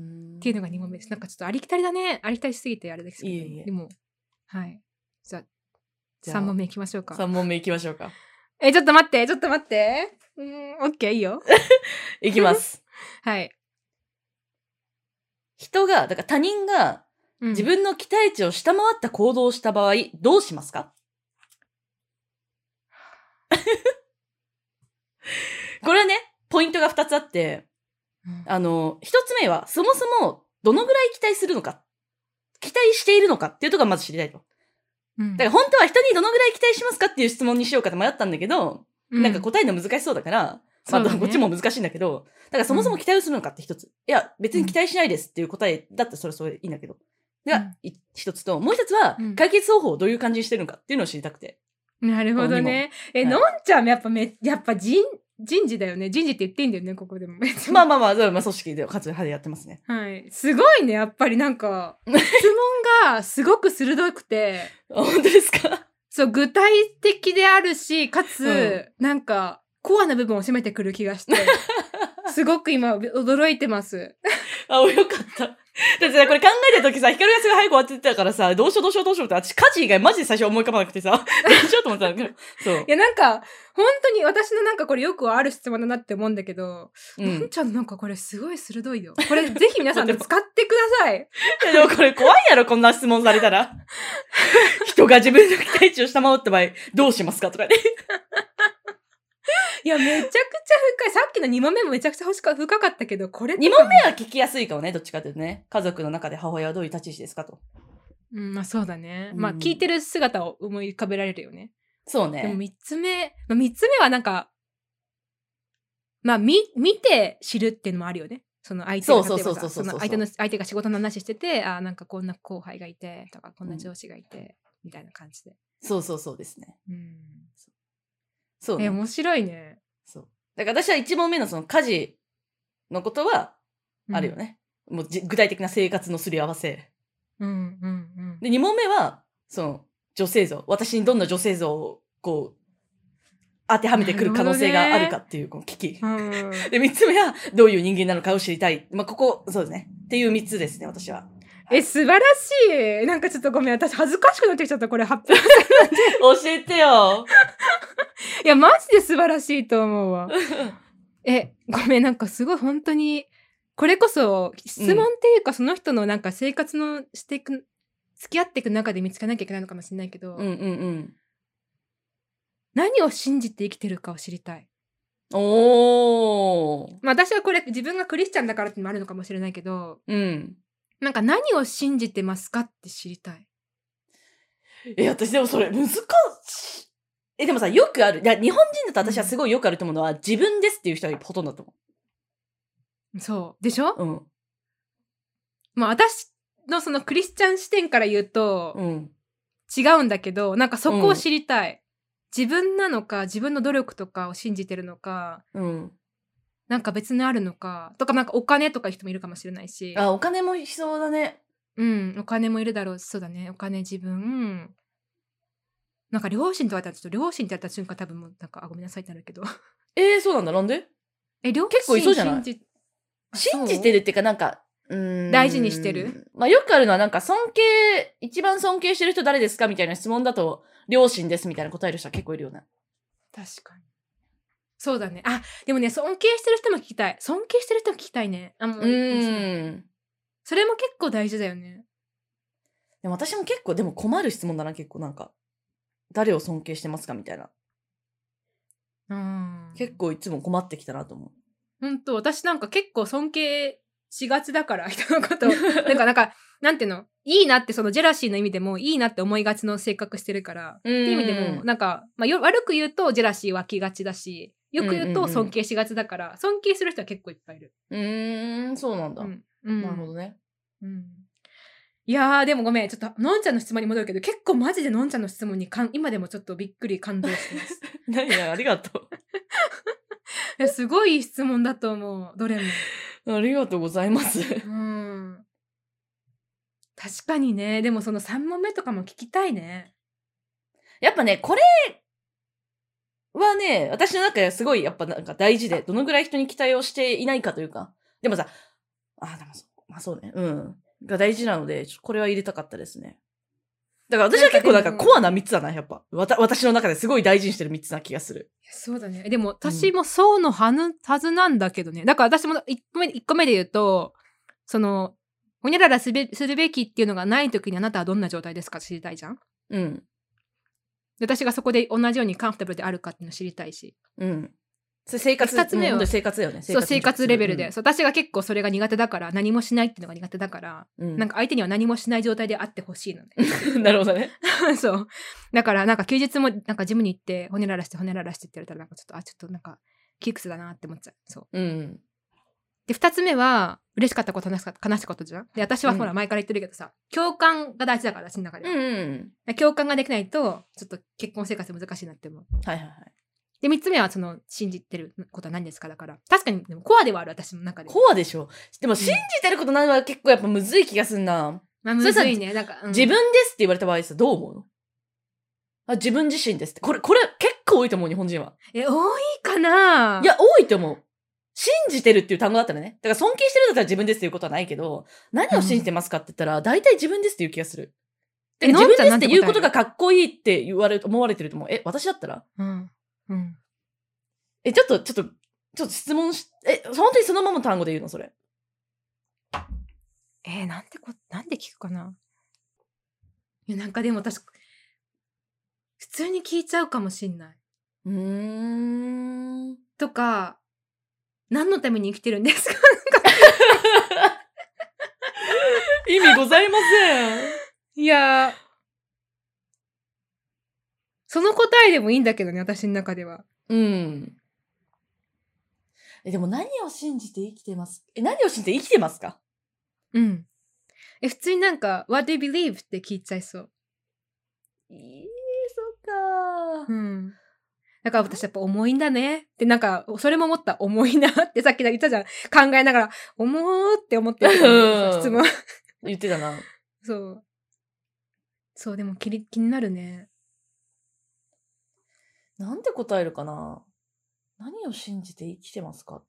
S1: うっ
S2: っていうのが2問目です。なんかちょっとありきたりだね。ありきたりしすぎてあれですけど。
S1: いえいえ
S2: でも、はい。じゃあ、
S1: じゃあ
S2: 3問目いきましょうか。
S1: 3問目いきましょうか。
S2: え、ちょっと待って、ちょっと待って。うーん、オッケーいいよ。
S1: いきます。
S2: はい。
S1: 人が、だから他人が
S2: うん
S1: 自分の期待値を下回った行動をした場合、どうします かこれはね、ポイントが2つあって、
S2: うん
S1: あの、1つ目は、そもそもどのぐらい期待するのか、期待しているのかっていうところがまず知りたいと。
S2: うん
S1: だから本当は人にどのぐらい期待しますかっていう質問にしようかと迷ったんだけど、なんか答えの難しそうだから、まあ
S2: そうだね
S1: こっちも難しいんだけど、だからそもそも期待をするのかって一つ。いや、別に期待しないですっていう答えだってそれはそれいいんだけど。
S2: う
S1: が
S2: ん、
S1: い一つと、もう一つは
S2: う、ん
S1: 解決方法をどういう感じにしてるのかっていうのを知りたくて。
S2: なるほどね。え、
S1: はい
S2: のんちゃんやっぱめ、やっぱ人、人事だよね。人事って言っていいんだよね、ここでも。
S1: まあまあまあ、そうまあ組織で、かつ派でやってますね。
S2: はい。すごいね、やっぱりなんか、質問がすごく鋭くて、
S1: あ本当ですか
S2: そう、具体的であるし、かつ、なんか、コアな部分を占めてくる気が して、すごく今、驚いてます。
S1: あ、よかった。だってさ、これ考えた時さ、光がすごい早く終わってたからさ、どうしようどうしようどうしようって、私、家事以外マジで最初思い浮かばなくてさ、 どうしようと思ってたんだけど。そう
S2: い。や、なんか、本当に私のなんかこれよくある質問だなって思うんだけど、
S1: う
S2: のん
S1: ん。
S2: ちゃんのなんかこれすごい鋭いよ。これぜひ皆さん
S1: で
S2: 使って
S1: も
S2: ください。
S1: いやでもこれ怖いやろ、こんな質問されたら。 人が自分の期待値を下回った場合、どうしますかとかね。
S2: いや、めちゃくちゃ深い。さっきの2問目もめちゃくちゃ欲しか深かったけど、これ
S1: 2問目は聞きやすいかもね、どっちかというとね。家族の中で母親はどういう立ち位置ですかと。
S2: 目うん、まあそうだね。
S1: うん
S2: まあ聞いてる姿を思い浮かべられるよね。
S1: そう
S2: で
S1: ね。
S2: も3つ目、まあ、3つ目はなんか、まあ見、見て知るっていうのもあるよね。その相手が
S1: そう
S2: 例え
S1: そ
S2: ば
S1: う
S2: さ
S1: そうそうそうそう
S2: の相手の相手が仕事の話してて、ああ、なんかこんな後輩がいて、とかこんな上司がいて、みたいな感じで。
S1: そうそうそうですね。
S2: うん。
S1: そう
S2: え、
S1: ね。
S2: 面白いね。
S1: そう。だから私は1問目のその家事のことは、
S2: うん
S1: あるよ。ね。もうじ具体的な生活のすり合わせ。
S2: うんうんうん。
S1: で、2問目は、その、女性像。私にどんな女性像を、こう、当てはめてくる可能性があるかっていう、この危機。
S2: うん
S1: で、三つ目は、どういう人間なのかを知りたい。まあ、ここ、そうですね。っていう三つですね、私は。
S2: え、素晴らしい。なんかちょっとごめん。私恥ずかしくなってきちゃった。これ発表。
S1: 教えてよ。
S2: いや、マジで素晴らしいと思うわ。え、ごめん。なんかすごい本当に、これこそ質問っていうか、その人のなんか生活のしていく、付き合っていく中で見つけなきゃいけないのかもしれないけど、
S1: うんうん
S2: 何を信じて生きてるかを知りたい。
S1: うん。おー。
S2: まあ私はこれ自分がクリスチャンだからってのもあるのかもしれないけど、
S1: うん。
S2: なんか何を信じてますかって知りたい。
S1: え、私でもそれ、難しい。え、でもさ、よくある。いや、日本人だと私はすごいよくあると思うのは、自分ですっていう人がほとんどだと
S2: そう。でしょ、
S1: 思
S2: まあ私のそのクリスチャン視点から言うと
S1: う。、うん。うん。
S2: 違うんだけどなんかそこを知りたい、自分なのか自分の努力とかを信じてるのか
S1: うん。
S2: なんか別にあるのかとかなんかお金とかいう人もいるかもしれないし
S1: あ、お金もいそうだね。
S2: うんお金もいるだろうしそうだねお金自分なんか両親と言われたらちょっと両親ってやった瞬間多分もうなんかあごめんなさいってなるけど
S1: えー、そうなんだ。なんで
S2: え両親
S1: 結構いそうじゃない
S2: 信じあ
S1: 信じてるっていうか、なんか、うーん
S2: 大事にしてる
S1: まあよくあるのはなんか尊敬、一番尊敬してる人誰ですかみたいな質問だと、両親ですみたいな答える人は結構いるよね。
S2: そう確かにそうだねあでもね尊敬してる人も聞きたい尊敬してる人も聞きたいねあもう
S1: うーん。
S2: それも結構大事だよね
S1: でも私も結構、でも困る質問だな、結構なんか。誰を尊敬してますかみたいな。
S2: うん
S1: 結構いつも困ってきたなと思
S2: 本当私なんか結構尊敬しがちだから、 人のことを。なんか、なんか、なんていうのいいなって、そのジェラシーの意味でも、いいなって思いがちの性格してるから、
S1: う。うん。
S2: っていう意味でも、なんか、まあ、よ悪く言うとジェラシー湧きがちだし、よく言う
S1: うんうん
S2: と
S1: うん
S2: 尊敬しがちだから、尊敬する人は結構いっぱいいる。
S1: うーん、そうなんだ。
S2: うん。うん
S1: なるほどね。
S2: うん。いやー、でもごめん、ちょっと、のんちゃんの質問に戻るけど、結構マジでのんちゃんの質問にかん、今でもちょっとびっくり感動してます。
S1: 何や、ありがと
S2: いや、すごいいい質問だと思う、どれも。
S1: う。あ りがとうございます。
S2: うん。確かにね。でもその3問目とかも聞きたいね。
S1: やっぱね、これはね、私の中ではすごいやっぱなんか大事で、どのぐらい人に期待をしていないかというか、でもさ、あ、でもそう、まあそうね、うん。が大事なので、ちょっとこれは入れたかったですね。だから私は結構なんか
S2: なんかでも
S1: コアな3つだな、やっぱ。わた私の中ですごい大事にしてる3つな気がする。
S2: そうだね。でも私もそうのはぬはずなんだけどね。だから私も1個目一個目で言うと、その、ほにゃららすべするべきっていうのがない時にあなたはどんな状態ですか知りたいじゃん。
S1: うん。
S2: で私がそこで同じようにカンフォータブルであるかっていうの知りたいし。
S1: うん。それ生活
S2: 二つ目は
S1: うん本当に生活だよね
S2: そう生活レベルで、
S1: うん
S2: そう私が結構それが苦手だから何もしないっていうのが苦手だから、
S1: うん、
S2: なんか相手には何もしない状態であってほしいのね
S1: なるほどね
S2: そうだからなんか休日もなんかジムに行って骨ららして骨ららしてって言われたらなんかちょっとあちょっとなんか窮屈だなって思っちゃうそう
S1: うん
S2: で2つ目は嬉しかったこと悲しかった悲しいことじゃんで私はほら前から言ってるけどさ、共感が大事だから私の中で
S1: う
S2: は、
S1: ん
S2: 共感ができないとちょっと結婚生活難しいなって思う
S1: はいはいはい
S2: で3つ目はその信じてることは何ですかだから確かにでもコアではある私の中で
S1: コアでしょでも信じてることないのは結構やっぱむずい気がすんな、
S2: まあ
S1: それ
S2: む
S1: さ
S2: ずいねなんか、うん
S1: 自分ですって言われた場合さどう思うのあ自分自身ですってこれこれ結構多いと思う日本人は
S2: え多いかない
S1: や多いと思う信じてるっていう単語だったらねだから尊敬してるだったら自分ですっていうことはないけど何を信じてますかって言ったら、大体自分ですっていう気がする
S2: え
S1: で自
S2: のん
S1: 分
S2: ちゃ
S1: です
S2: んな
S1: っ
S2: ん
S1: て
S2: て
S1: いうこと
S2: 答え
S1: がかっこいいって言われ思われてると思うえ私だったら
S2: うんうん
S1: えちょっとちょっとちょっと質問しえ本当にそのままの単語で言うのそれ
S2: えーなんてこなんで聞くかないやなんかでも私普通に聞いちゃうかもしんない
S1: うん
S2: とか何のために生きてるんですか
S1: 意味ございません
S2: いやーその答えでもいいんだけどね私の中では
S1: うん。え、でも何を信じて生きてますえ、何を信じて生きてますか
S2: うんえ普通になんか「What do you believe?」って聞いちゃいそう
S1: ええそっか
S2: うん。だから私やっぱ重いんだねってなんか、それも思った重いなってさっき言ったじゃん。考えながら、重ーって思ってる
S1: うん
S2: 質問。
S1: 言ってたな。
S2: そう。そう、でも気に気になるね。
S1: なんて答えるかな何を信じて生きてますか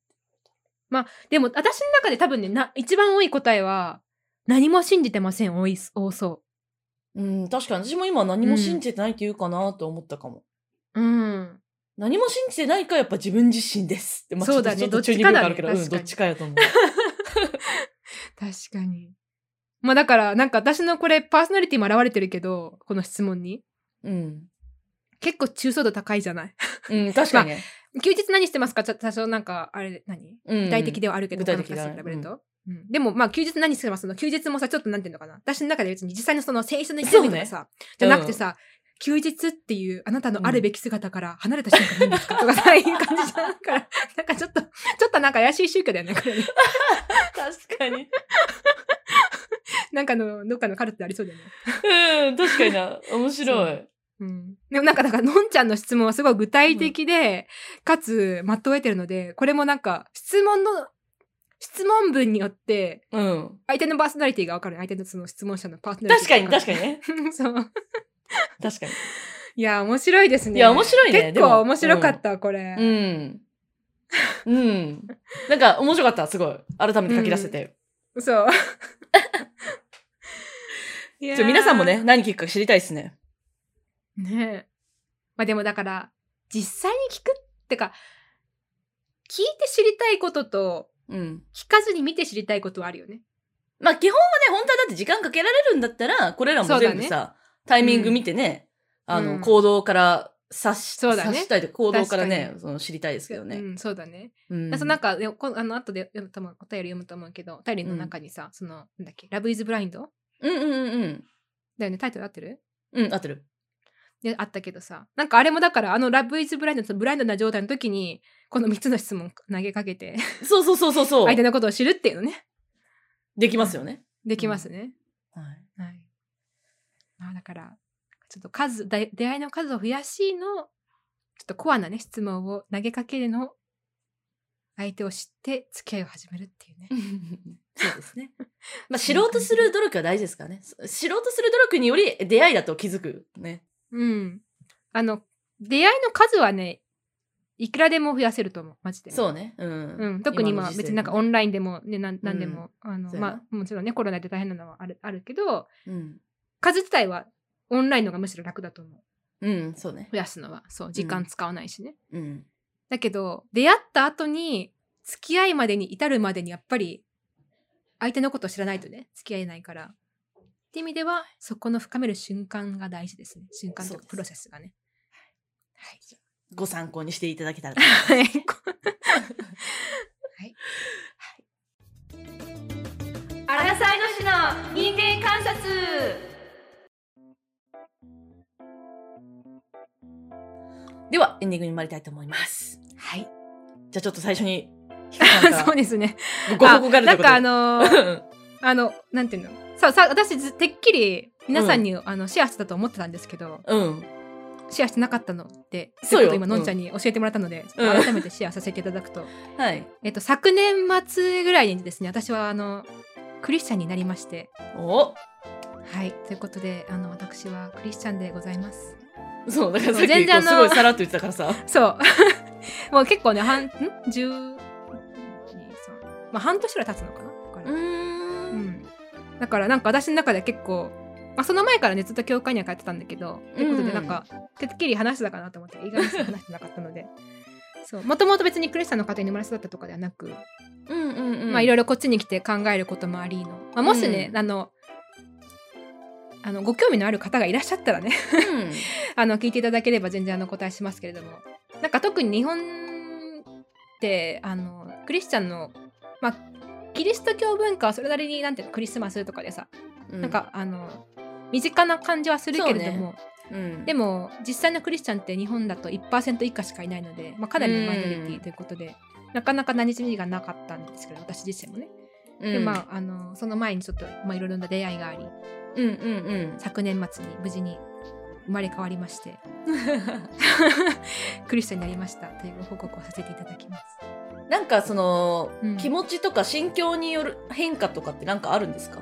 S2: でも私の中で多分ね、な一番多い答えは、何も信じてません、多い、多そ
S1: うん、確かに私も今何も信じてないって言うかなと思ったかも。
S2: う。うん。
S1: 何も信じてないかやっぱ自分自身ですって。まあ
S2: そうだね
S1: ちょっと
S2: どっち
S1: 中二
S2: か
S1: 病
S2: だね
S1: があるけど、うん、
S2: 確か
S1: ど
S2: に
S1: っちかやと思う。
S2: 確かに。まあだから、なんか私のこれパーソナリティも現れてるけど、この質問に。
S1: うん。
S2: 結構中層度高いじゃない
S1: うん、確かにね。
S2: 休日何してますかちょっと多少なんか、あれ、何
S1: うん
S2: 具体的ではあるけど、
S1: 具体的だね
S2: 他の人と比べると。うんでも、まあ、休日何してますの休日もさ、ちょっとなんていうのかな。私の中で別に実際のその青春の一日とかさ、じゃなくてさ、休日っていうあなたのあるべき姿から離れた瞬間なんですか、とかさ、 いう感じじゃんから、 なんかちょっと、ちょっとなんか怪しい宗教だよね、こ れね。
S1: 確かに。
S2: なんかの、どっかのカルテでありそうだよね。
S1: うん、確かにな。面白い。
S2: うん。でもなんか、だから、のんちゃんの質問はすごい具体的で、かつ、まとえてるので、これもなんか、質問の、質問文によって、
S1: うん。
S2: 相手のパーソナリティがわかる相手のその質問者のパーソナリ
S1: 確
S2: テ
S1: か
S2: ィ
S1: に、
S2: がわ
S1: 確かにね。
S2: る そう
S1: 確かに。
S2: いや面白いですね
S1: いや面白いねで
S2: 結
S1: も
S2: 構面白かった、これ、
S1: うん。うん。なんか面白かった、すごい。改めて書き出せて。
S2: そういや
S1: ちょ皆さんもね、何聞くか知りたいですね。
S2: ねえまあでもだから実際に聞くってか聞いて知りたいことと
S1: うん。
S2: 聞かずに見て知りたいことはあるよね
S1: まあ基本はね、本当はだって時間かけられるんだったら、これらも全部
S2: そう
S1: さ、タイミング見てね、
S2: うん
S1: あの、
S2: うん
S1: 行動から察し、
S2: そうだね
S1: 察したいというか行動からね
S2: 確か、に
S1: その知りたいですけどね。
S2: うん、そうだね、
S1: うん
S2: だからそのなんかでもこのあの後で読むと思うお便り読むと思うけどお便りの中にさ、そのなんだっけ「ラブイズブラインド
S1: うんうんうんうん。
S2: だよねタイトル合ってる
S1: うん、合ってる。
S2: であったけどさなんかあれもだからあの「ラブ・イズ・ブラインド」とブラインドな状態の時にこの3つの質問投げかけて
S1: そうそうそうそうそ
S2: 相手
S1: う。
S2: のことを知るっていうのね
S1: できますよね。
S2: できますね、
S1: はい。
S2: はい、まあ、だからちょっと数だ出会いの数を増やしのちょっとコアなね質問を投げかけるの相手を知って付き合いを始めるっていうね
S1: そうですね。まあ、知ろうとする努力は大事ですからね。知ろうとする努力により出会いだと気づくね。
S2: うんあの出会いの数はねいくらでも増やせると思うマジで
S1: そうね。うん。
S2: うん、特に今
S1: の時世
S2: 別になんかオンラインでもねなんなんでも、あの
S1: そうやな
S2: まあ、もちろんねコロナで大変なのはあるあるけど
S1: うん。
S2: 数自体はオンラインのがむしろ楽だと思う
S1: うん、そうね。
S2: 増やすのはそう時間使わないしね、
S1: うん。
S2: だけど出会った後に付き合いまでに至るまでにやっぱり相手のことを知らないとね付き合えないからって意味ではそこの深める瞬間が大事ですね瞬間と
S1: そう
S2: か
S1: です
S2: プロセスがねはい
S1: ご参考にしていただけた らと
S2: はいアラサーの市の人間観察
S1: ではエンディングに参りたいと思います
S2: はい
S1: じゃあちょっと最初にひかさんか
S2: そう
S1: ら
S2: ですね
S1: ご報告がある
S2: なんかあ
S1: の
S2: のーあのなんていうのささ私ずてっきり皆さんに、あのシェアしてたと思ってたんですけど
S1: うん
S2: シェアしてなかったので
S1: そうよ
S2: といことを今のんちゃんに教えてもらったので、ちょっと改めてシェアさせていただくと、
S1: はい
S2: えっと昨年末ぐらいにですね私はあのクリスチャンになりまして
S1: お
S2: はいということであの私はクリスチャンでございます
S1: そうだからさっき
S2: 全
S1: こ
S2: 然
S1: うす
S2: あの
S1: ごいさらっと言ってたから さ
S2: そうもう 結構ね半ん十二三まあ半年ぐらい経つのかなだから、うんんだからなんか私の中では結構、まあ、その前からねずっと教会には通ってたんだけど、ということ
S1: う
S2: で
S1: ん
S2: なんかてっきり話してたかなと思って意外にそう話してなかったので そうもともと別にクリスチャンの家庭に生まれ育ったとかではなく、
S1: うんうんうん
S2: まあいろいろこっちに来て考えることもありの、まあ、もしね、
S1: うん
S2: あのあのご興味のある方がいらっしゃったらね あの聞いていただければ全然あのお答えしますけれどもなんか特に日本ってあのクリスチャンのまあキリスト教文化はそれなりになんていうのクリスマスとかでさ
S1: うん
S2: なんかあの身近な感じはするけれど
S1: そう
S2: も、
S1: うん
S2: でも実際のクリスチャンって日本だと1%以下しかいないので、まあ、かなりのマイノリテ
S1: うん
S2: ィということで、なかなか馴染みがなかったんですけど私自身もね、
S1: うん
S2: でまああのその前にちょっと、まあ、いろいろな出会いがあり
S1: うんうん
S2: 昨年末に無事に生まれ変わりまして クリスチャンになりましたというご報告をさせていただきます。
S1: うんなんかその、
S2: うん
S1: 気持ちとか心境による変化とかってなんかあるんですか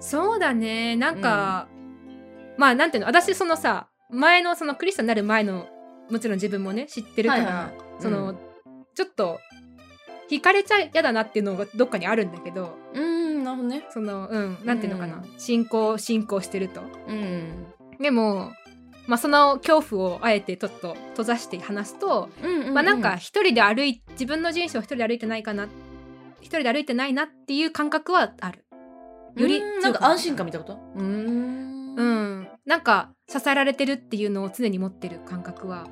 S2: そうだねなんか、まあなんていうの私そのさ前のそのクリスチャンになる前のもちろん自分もね知ってるから、
S1: はいはいはい
S2: その、
S1: うん
S2: ちょっと惹かれちゃ嫌だなっていうのがどっかにあるんだけど
S1: うんなるほどね
S2: そのうんなんていうのかな、
S1: う
S2: 信仰信仰してると。
S1: うん
S2: でもまあ、その恐怖をあえてちょっと閉ざして話すと、
S1: ま
S2: まあ、なんか一人で歩い自分の人生を一人で歩いてないかな一人で歩いてないなっていう感覚はある。より
S1: うんな
S2: 強
S1: ん
S2: く
S1: か安心感みたいなことうーん
S2: うんん、なんか支えられてるっていうのを常に持ってる感覚は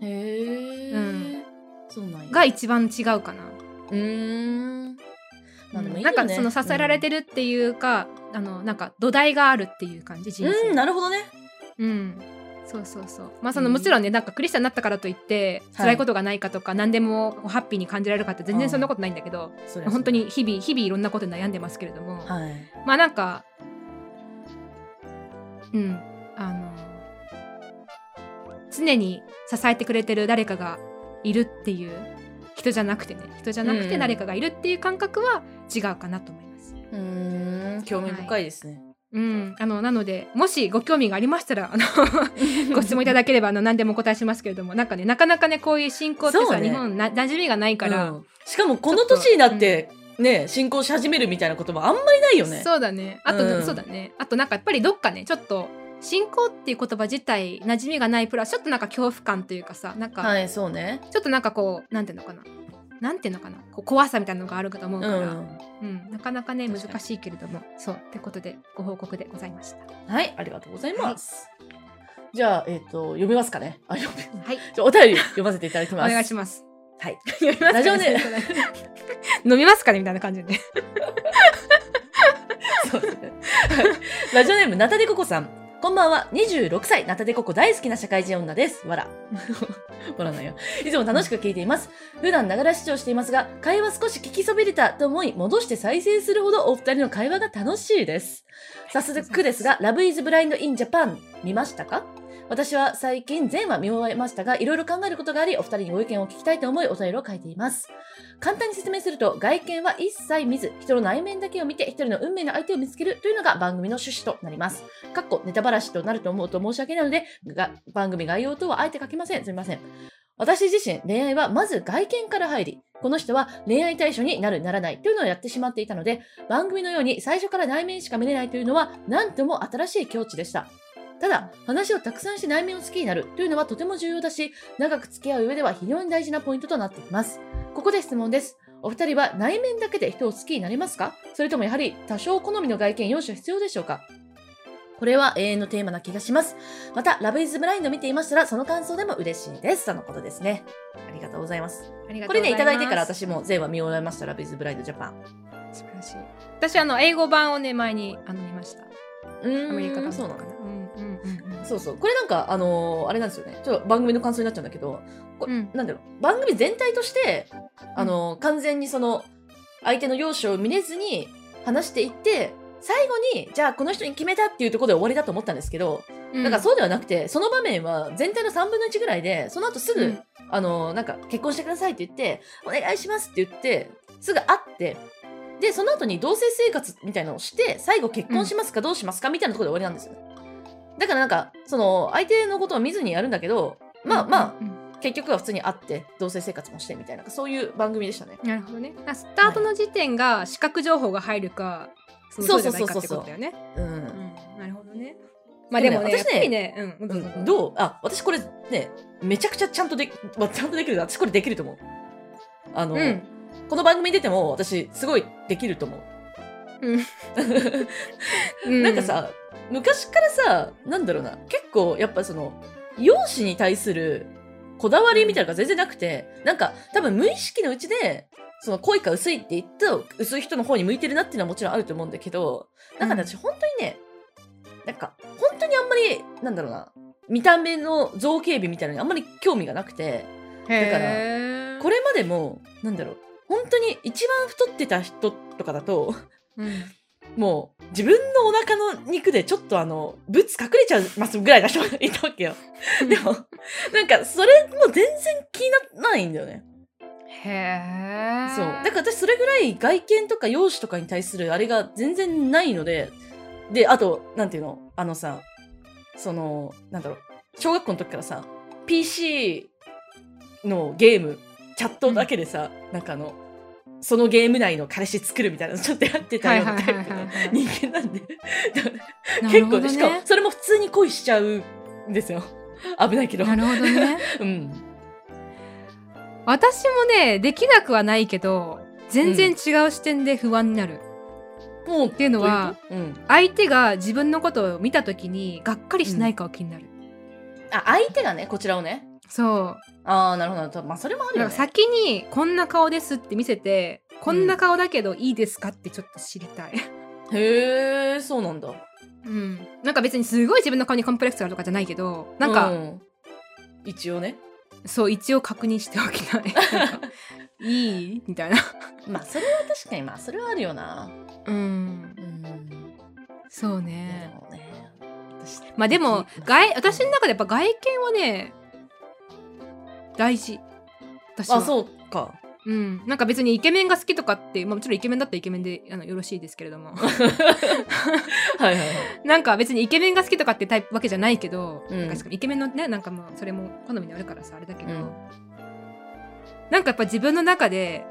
S1: へえ、
S2: うん
S1: そうなんや
S2: が一番違うかな。
S1: うーんまあでもいい
S2: な
S1: よね
S2: んかその支えられてるっていうか、あのなんか土台があるっていう感じ人
S1: うんうん
S2: 生。
S1: なるほどね
S2: うんそうそうそうまあその
S1: うん
S2: もちろんねなんかクリスチャンになったからといって
S1: はい
S2: 辛いことがないかとか、何でもこうハッピーに感じられるかって全然そんなことないんだけど、
S1: そりゃそう
S2: 本当に日々日々いろんなことに悩んでますけれども、
S1: はい
S2: まあなんかうんあの常に支えてくれてる誰かがいるっていう人じゃなくてね人じゃなく
S1: う
S2: て
S1: ん
S2: 誰かがいるっていう感覚は違うかなと思います。
S1: うーん興味深いですね、
S2: うん、あのなのでもしご興味がありましたら あのご質問いただければあの何でもお答えしますけれどもなんかねなかなかねこういう信仰って
S1: そ
S2: さ、
S1: うね
S2: 日本な馴染みがないから、
S1: うんしかもこの年になってね進行し始めるみたいなこともあんまりないよね
S2: そうだねあと、
S1: うん
S2: そうだねあとなんかやっぱりどっかねちょっと信仰っていう言葉自体馴染みがないプラスちょっとなんか恐怖感というかさなんか、
S1: はいそうね
S2: ちょっとなんかこうなんていうのかななんていうのかなこう怖さみたいなのがあるかと思う
S1: う
S2: から、うん
S1: ん
S2: なかなかね
S1: 確かに
S2: 難しいけれどもそうってことでご報告でございましたは
S1: はいありがとうございます、じゃあえっ、と読みますかねあ読み
S2: い
S1: じゃあお便り読ませていただき
S2: お
S1: ます
S2: 願いします
S1: はい
S2: 飲みますかね
S1: ラジオネー
S2: 飲みますかねみたいな感じでね
S1: そうですねはいラジオネームナタデココさんこんばんは26歳ナタデココ大好きな社会人女ですわら わらないよいつも楽しく聞いています普段ながら視聴していますが会話少し聞きそびれたと思い戻して再生するほどお二人の会話が楽しいです早速ですが「ラブイズブラインドインジャパン見ましたか私は最近全話見終えましたが、いろいろ考えることがあり、お二人にご意見を聞きたいと思い、お便りを書いています。簡単に説明すると外見は一切見ず人の内面だけを見て一人の運命の相手を見つけるというのが番組の趣旨となります。かっこネタバラシとなると思うと申し訳ないのでが番組概要等はあえて書きませんすみません。私自身恋愛はまず外見から入りこの人は恋愛対象になるならないというのをやってしまっていたので番組のように最初から内面しか見れないというのは何とも新しい境地でした。ただ、話をたくさんして内面を好きになるというのはとても重要だし、長く付き合う上では非常に大事なポイントとなってきます。ここで質問です。お二人は内面だけで人を好きになれますかそれともやはり多少好みの外見要素は必要でしょうかこれは永遠のテーマな気がします。また、ラブイズブラインド見ていましたら、その感想でも嬉しいです。とのことですね。ありがとうございます。
S2: ありが
S1: こと
S2: う
S1: れね、
S2: ござ
S1: いただいてから
S2: ます
S1: 私も全話見終えました、ラブイズブラインドジャパン。
S2: 素晴らしい私あの英語版をね前にあの見ました
S1: うーん
S2: アメリカ版
S1: そうな
S2: の
S1: の
S2: かなうんうんうんうん
S1: そうそう。これなんか、あのーあれなんですよね。ちょっと番組の感想になっちゃうんだけど、こ
S2: うん
S1: なんだろう、番組全体として、あのー完全にその、相手の容姿を見れずに話していって、最後に、じゃあこの人に決めたっていうところで終わりだと思ったんですけど、
S2: うん
S1: なんかそうではなくて、その場面は全体の3分の1ぐらいで、その後すぐ、
S2: うん
S1: あのーなんか結婚してくださいって言って、お願いしますって言って、すぐ会って、で、その後に同棲生活みたいなのをして、最後結婚しますかどうしますかみたいなところで終わりなんですよね。だからなんか、その、相手のことを見ずにやるんだけど、まあま
S2: うんうんうん
S1: あ、結局は普通に会って、同棲生活もしてみたいな、そういう番組でしたね。
S2: なるほどね。あスタートの時点が視覚情報が入るか、その
S1: そ
S2: そううじ
S1: そう
S2: ゃない
S1: そうそう
S2: かってことだよね。
S1: う。
S2: うんん、なるほどね。まあでもね、
S1: でもね
S2: や
S1: 私
S2: っ
S1: ね
S2: ぱりね、うん、うん
S1: うん、どうあ、私これね、めちゃくちゃちゃんとでき、まあ、ちゃんとできるな私これできると思う。あの、
S2: うん、うん、
S1: この番組に出ても私すごいできると思う。
S2: うん
S1: なんか、さ、昔からさ、なんだろうな、結構やっぱその、容姿に対するこだわりみたいなのが全然なくて、なんか多分無意識のうちで、その濃いか薄いって言ったら薄い人の方に向いてるなっていうのはもちろんあると思うんだけど、なんかね
S2: うん
S1: 私本当にね、なんか本当にあんまり、なんだろうな、見た目の造形美みたいなのにあんまり興味がなくて、
S2: へー
S1: こ、れまでも、なんだろう、本当に一番太ってた人とかだと、
S2: うん、
S1: もう自分のお腹の肉でちょっとあのブツ隠れちゃいますぐらいの人がいたわけよでもなんかそれも全然気にならないんだよね
S2: へー
S1: そうだから私それぐらい外見とか容姿とかに対するあれが全然ないのでであとなんていうのあのさそのなんだろう小学校の時からさ PC のゲームチャットだけでさ、なんかあのそのゲーム内の彼氏作るみたいなのちょっとやってたようなタイプ
S2: はい
S1: の
S2: はいはいはいはい
S1: 人間なんで
S2: なる
S1: 結構
S2: ほ
S1: ね
S2: どね、
S1: しかもそれも普通に恋しちゃうんです よ危ないけど
S2: なるほどね。
S1: うん
S2: 私もね、できなくはないけど、全然違う視点で不安になる。
S1: もうって
S2: いうのは
S1: うん、
S2: 相手が自分のことを見たときに、がっかりしないかを気になる。
S1: あ相手がねこちらをね
S2: そう。
S1: ああなるほどなるほどまあそれもある
S2: な
S1: よ
S2: んか
S1: ね
S2: 先にこんな顔ですって見せて、こんな顔だけどいいですかってちょっと知りたい。
S1: へえそうなんだ
S2: うん。なんか別にすごい自分の顔にコンプレックスがあるとかじゃないけど、なんか、
S1: う一応ね
S2: そう一応確認しておきたい。なんか いいみたいな。
S1: まあそれは確かにまあそれはあるよな
S2: うん。
S1: うん
S2: そ
S1: い
S2: う
S1: やで
S2: ね。
S1: もね私
S2: まあでも
S1: でき、
S2: 外、私の中でやっぱ外見はね、大事。私は
S1: あそうか
S2: うん、なんか別にイケメンが好きとかって、まあ、もちろんイケメンだったらイケメンであのよろしいですけれども
S1: はいはいはい
S2: なんか別にイケメンが好きとかってタイプわけじゃないけど、
S1: うん
S2: なんかしかもイケメンのねなんかもうそれも好みにあるからさあれだけど、
S1: うん
S2: なんかやっぱ自分の中で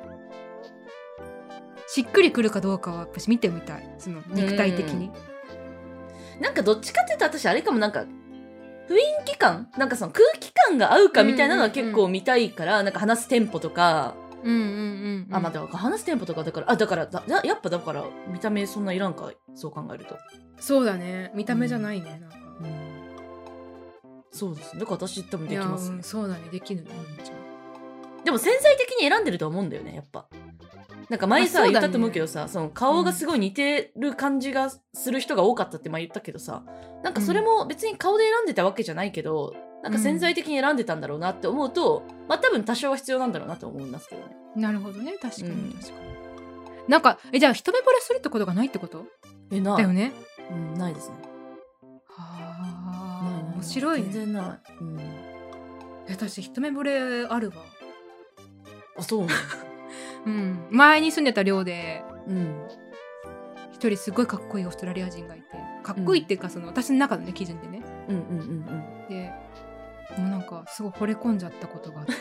S2: しっくりくるかどうかは私見てみたいその肉体的に、
S1: なんかどっちかっていうと私あれかもなんか雰囲気感なんかその空気感が合うかみたいなのは結構見たいから、なんか話すテンポとか、
S2: うん、うんうんうん
S1: あまあだから話すテンポとかだからあだからだややっぱだから見た目そんないらんかそう考えると、
S2: そうだね見た目じゃないね、なんか
S1: そうですねだから私多分
S2: い
S1: でき
S2: や
S1: ます
S2: う
S1: ね
S2: んそうだねできるね、
S1: でも潜在的に選んでるとは思うんだよねやっぱなんか前さ、
S2: あそう
S1: 言
S2: だ
S1: っ
S2: ね
S1: たと思うけどさその顔がすごい似てる感じがする人が多かったって前言ったけどさなんかそれも別に顔で選んでたわけじゃないけど、なんか潜在的に選んでたんだろうなって思うと、まあ多分多少は必要なんだろうなと思いますけどね
S2: なるほどね確かに
S1: うん
S2: 確かに、なんかえじゃあ一目惚れするってことがないってこと
S1: えない
S2: だよね
S1: うん、ないですねないな
S2: はあ面白い
S1: 全
S2: ね
S1: 然ない、うん、
S2: え私一目惚れあるわ
S1: あそうなんだ
S2: うん前に住んでた寮で
S1: うん
S2: 一人すごいかっこいいオーストラリア人がいてかっこいいっていうかその、私の中のね基準でね
S1: うんうんうんうん
S2: でもうなんかすごい惚れ込んじゃったことがあった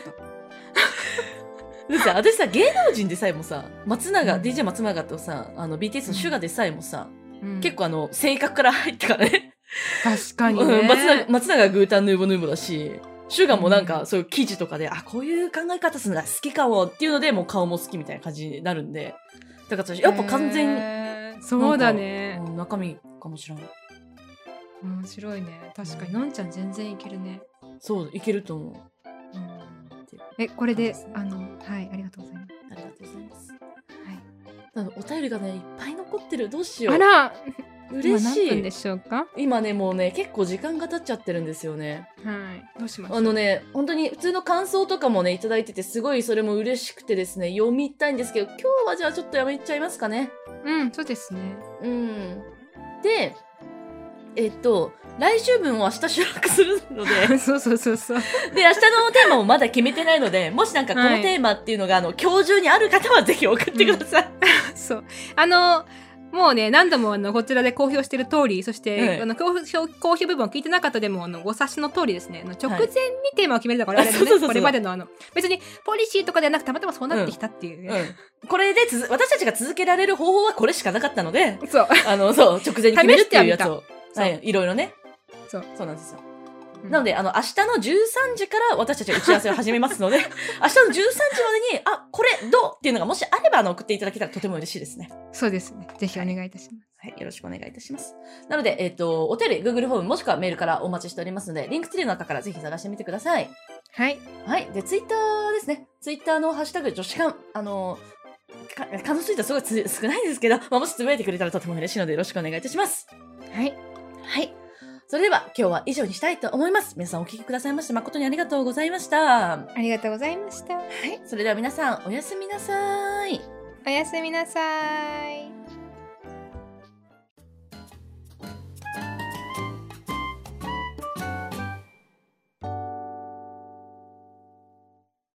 S1: でさ私さ芸能人でさえもさ松永、
S2: うん
S1: DJ 松永とさあの BTS の「シュガでさえもさ、
S2: うん
S1: 結構あの性格から入ったからね
S2: 確かに
S1: う
S2: ね
S1: ん松永松永グータンヌーボヌーボだしシュガもなん
S2: う
S1: か
S2: ん
S1: そういう記事とかで、あこういう考え方するのが好きかもっていうのでもう顔も好きみたいな感じになるんでだから私やっぱ完全、
S2: へーそうだね
S1: うん中身かもしれない
S2: 面白いね確かにのんちゃん全然いけるね、
S1: そういけると思う
S2: うん、えこれであのはいありがとうございます、
S1: ありがとうございます
S2: はい、
S1: なのでお便りがねいっぱい残ってるどうしよう
S2: あら
S1: 嬉し
S2: 今何分で
S1: い
S2: しょうか
S1: 今ねもうね結構時間が経っちゃってるんですよね
S2: はいどうしましょう
S1: あのね本当に普通の感想とかもねいただいててすごいそれも嬉しくてですね読みたいんですけど今日はじゃあちょっとやめちゃいますかね
S2: うんそうですね
S1: うんでえっと来週分を明日収録する ので
S2: そうそうそうそう
S1: で明日のテーマもまだ決めてないのでもしなんかこの
S2: はい
S1: テーマっていうのが、あの今日中にある方はぜひ送ってください、
S2: そう。あの、もうね、何度もあのこちらで公表している通り、そして、
S1: はい
S2: あの公表公表部分を聞いてなかったでも、あのご察しの通りですね、あの直前
S1: はい
S2: にテーマを決めるだから、我々も
S1: そうそうそうそう
S2: ね、これまでのあの、別にポリシーとかではなく、たまたまそうなってきたっていうね。
S1: うん、これでつづ私たちが続けられる方法はこれしかなかったので
S2: そう。
S1: あのそう直前に決めるっていうやつを
S2: た
S1: はい、いろいろね
S2: そう
S1: なんですよ、
S2: うん
S1: なのであの明日の13時から私たちは打ち合わせを始めますので明日の13時までにあこれどうっていうのがもしあればあの送っていただけたらとても嬉しいですね
S2: そうですね。ぜひお願いいたします。
S1: はい、よろしくお願いいたします。なので、えっ、と、お便り、Google フォームもしくはメールからお待ちしておりますので、リンクツリーの中からぜひ探してみてください。
S2: はい。
S1: はい、で、ツイッターですね。ツイッターのハッシュタグ、女子館、あの、か感想ツイートすごいつ少ないんですけど、ま あ、もしつぶやいてくれたらとても嬉しいのでよろしくお願いいたします。
S2: はい。
S1: はい。それでは、今日は以上にしたいと思います。皆さんお聞きくださいまして誠にありがとうございました。は
S2: ありがとうございました。
S1: い。それでは皆さん、おやすみなさい。
S2: おやすみなさい。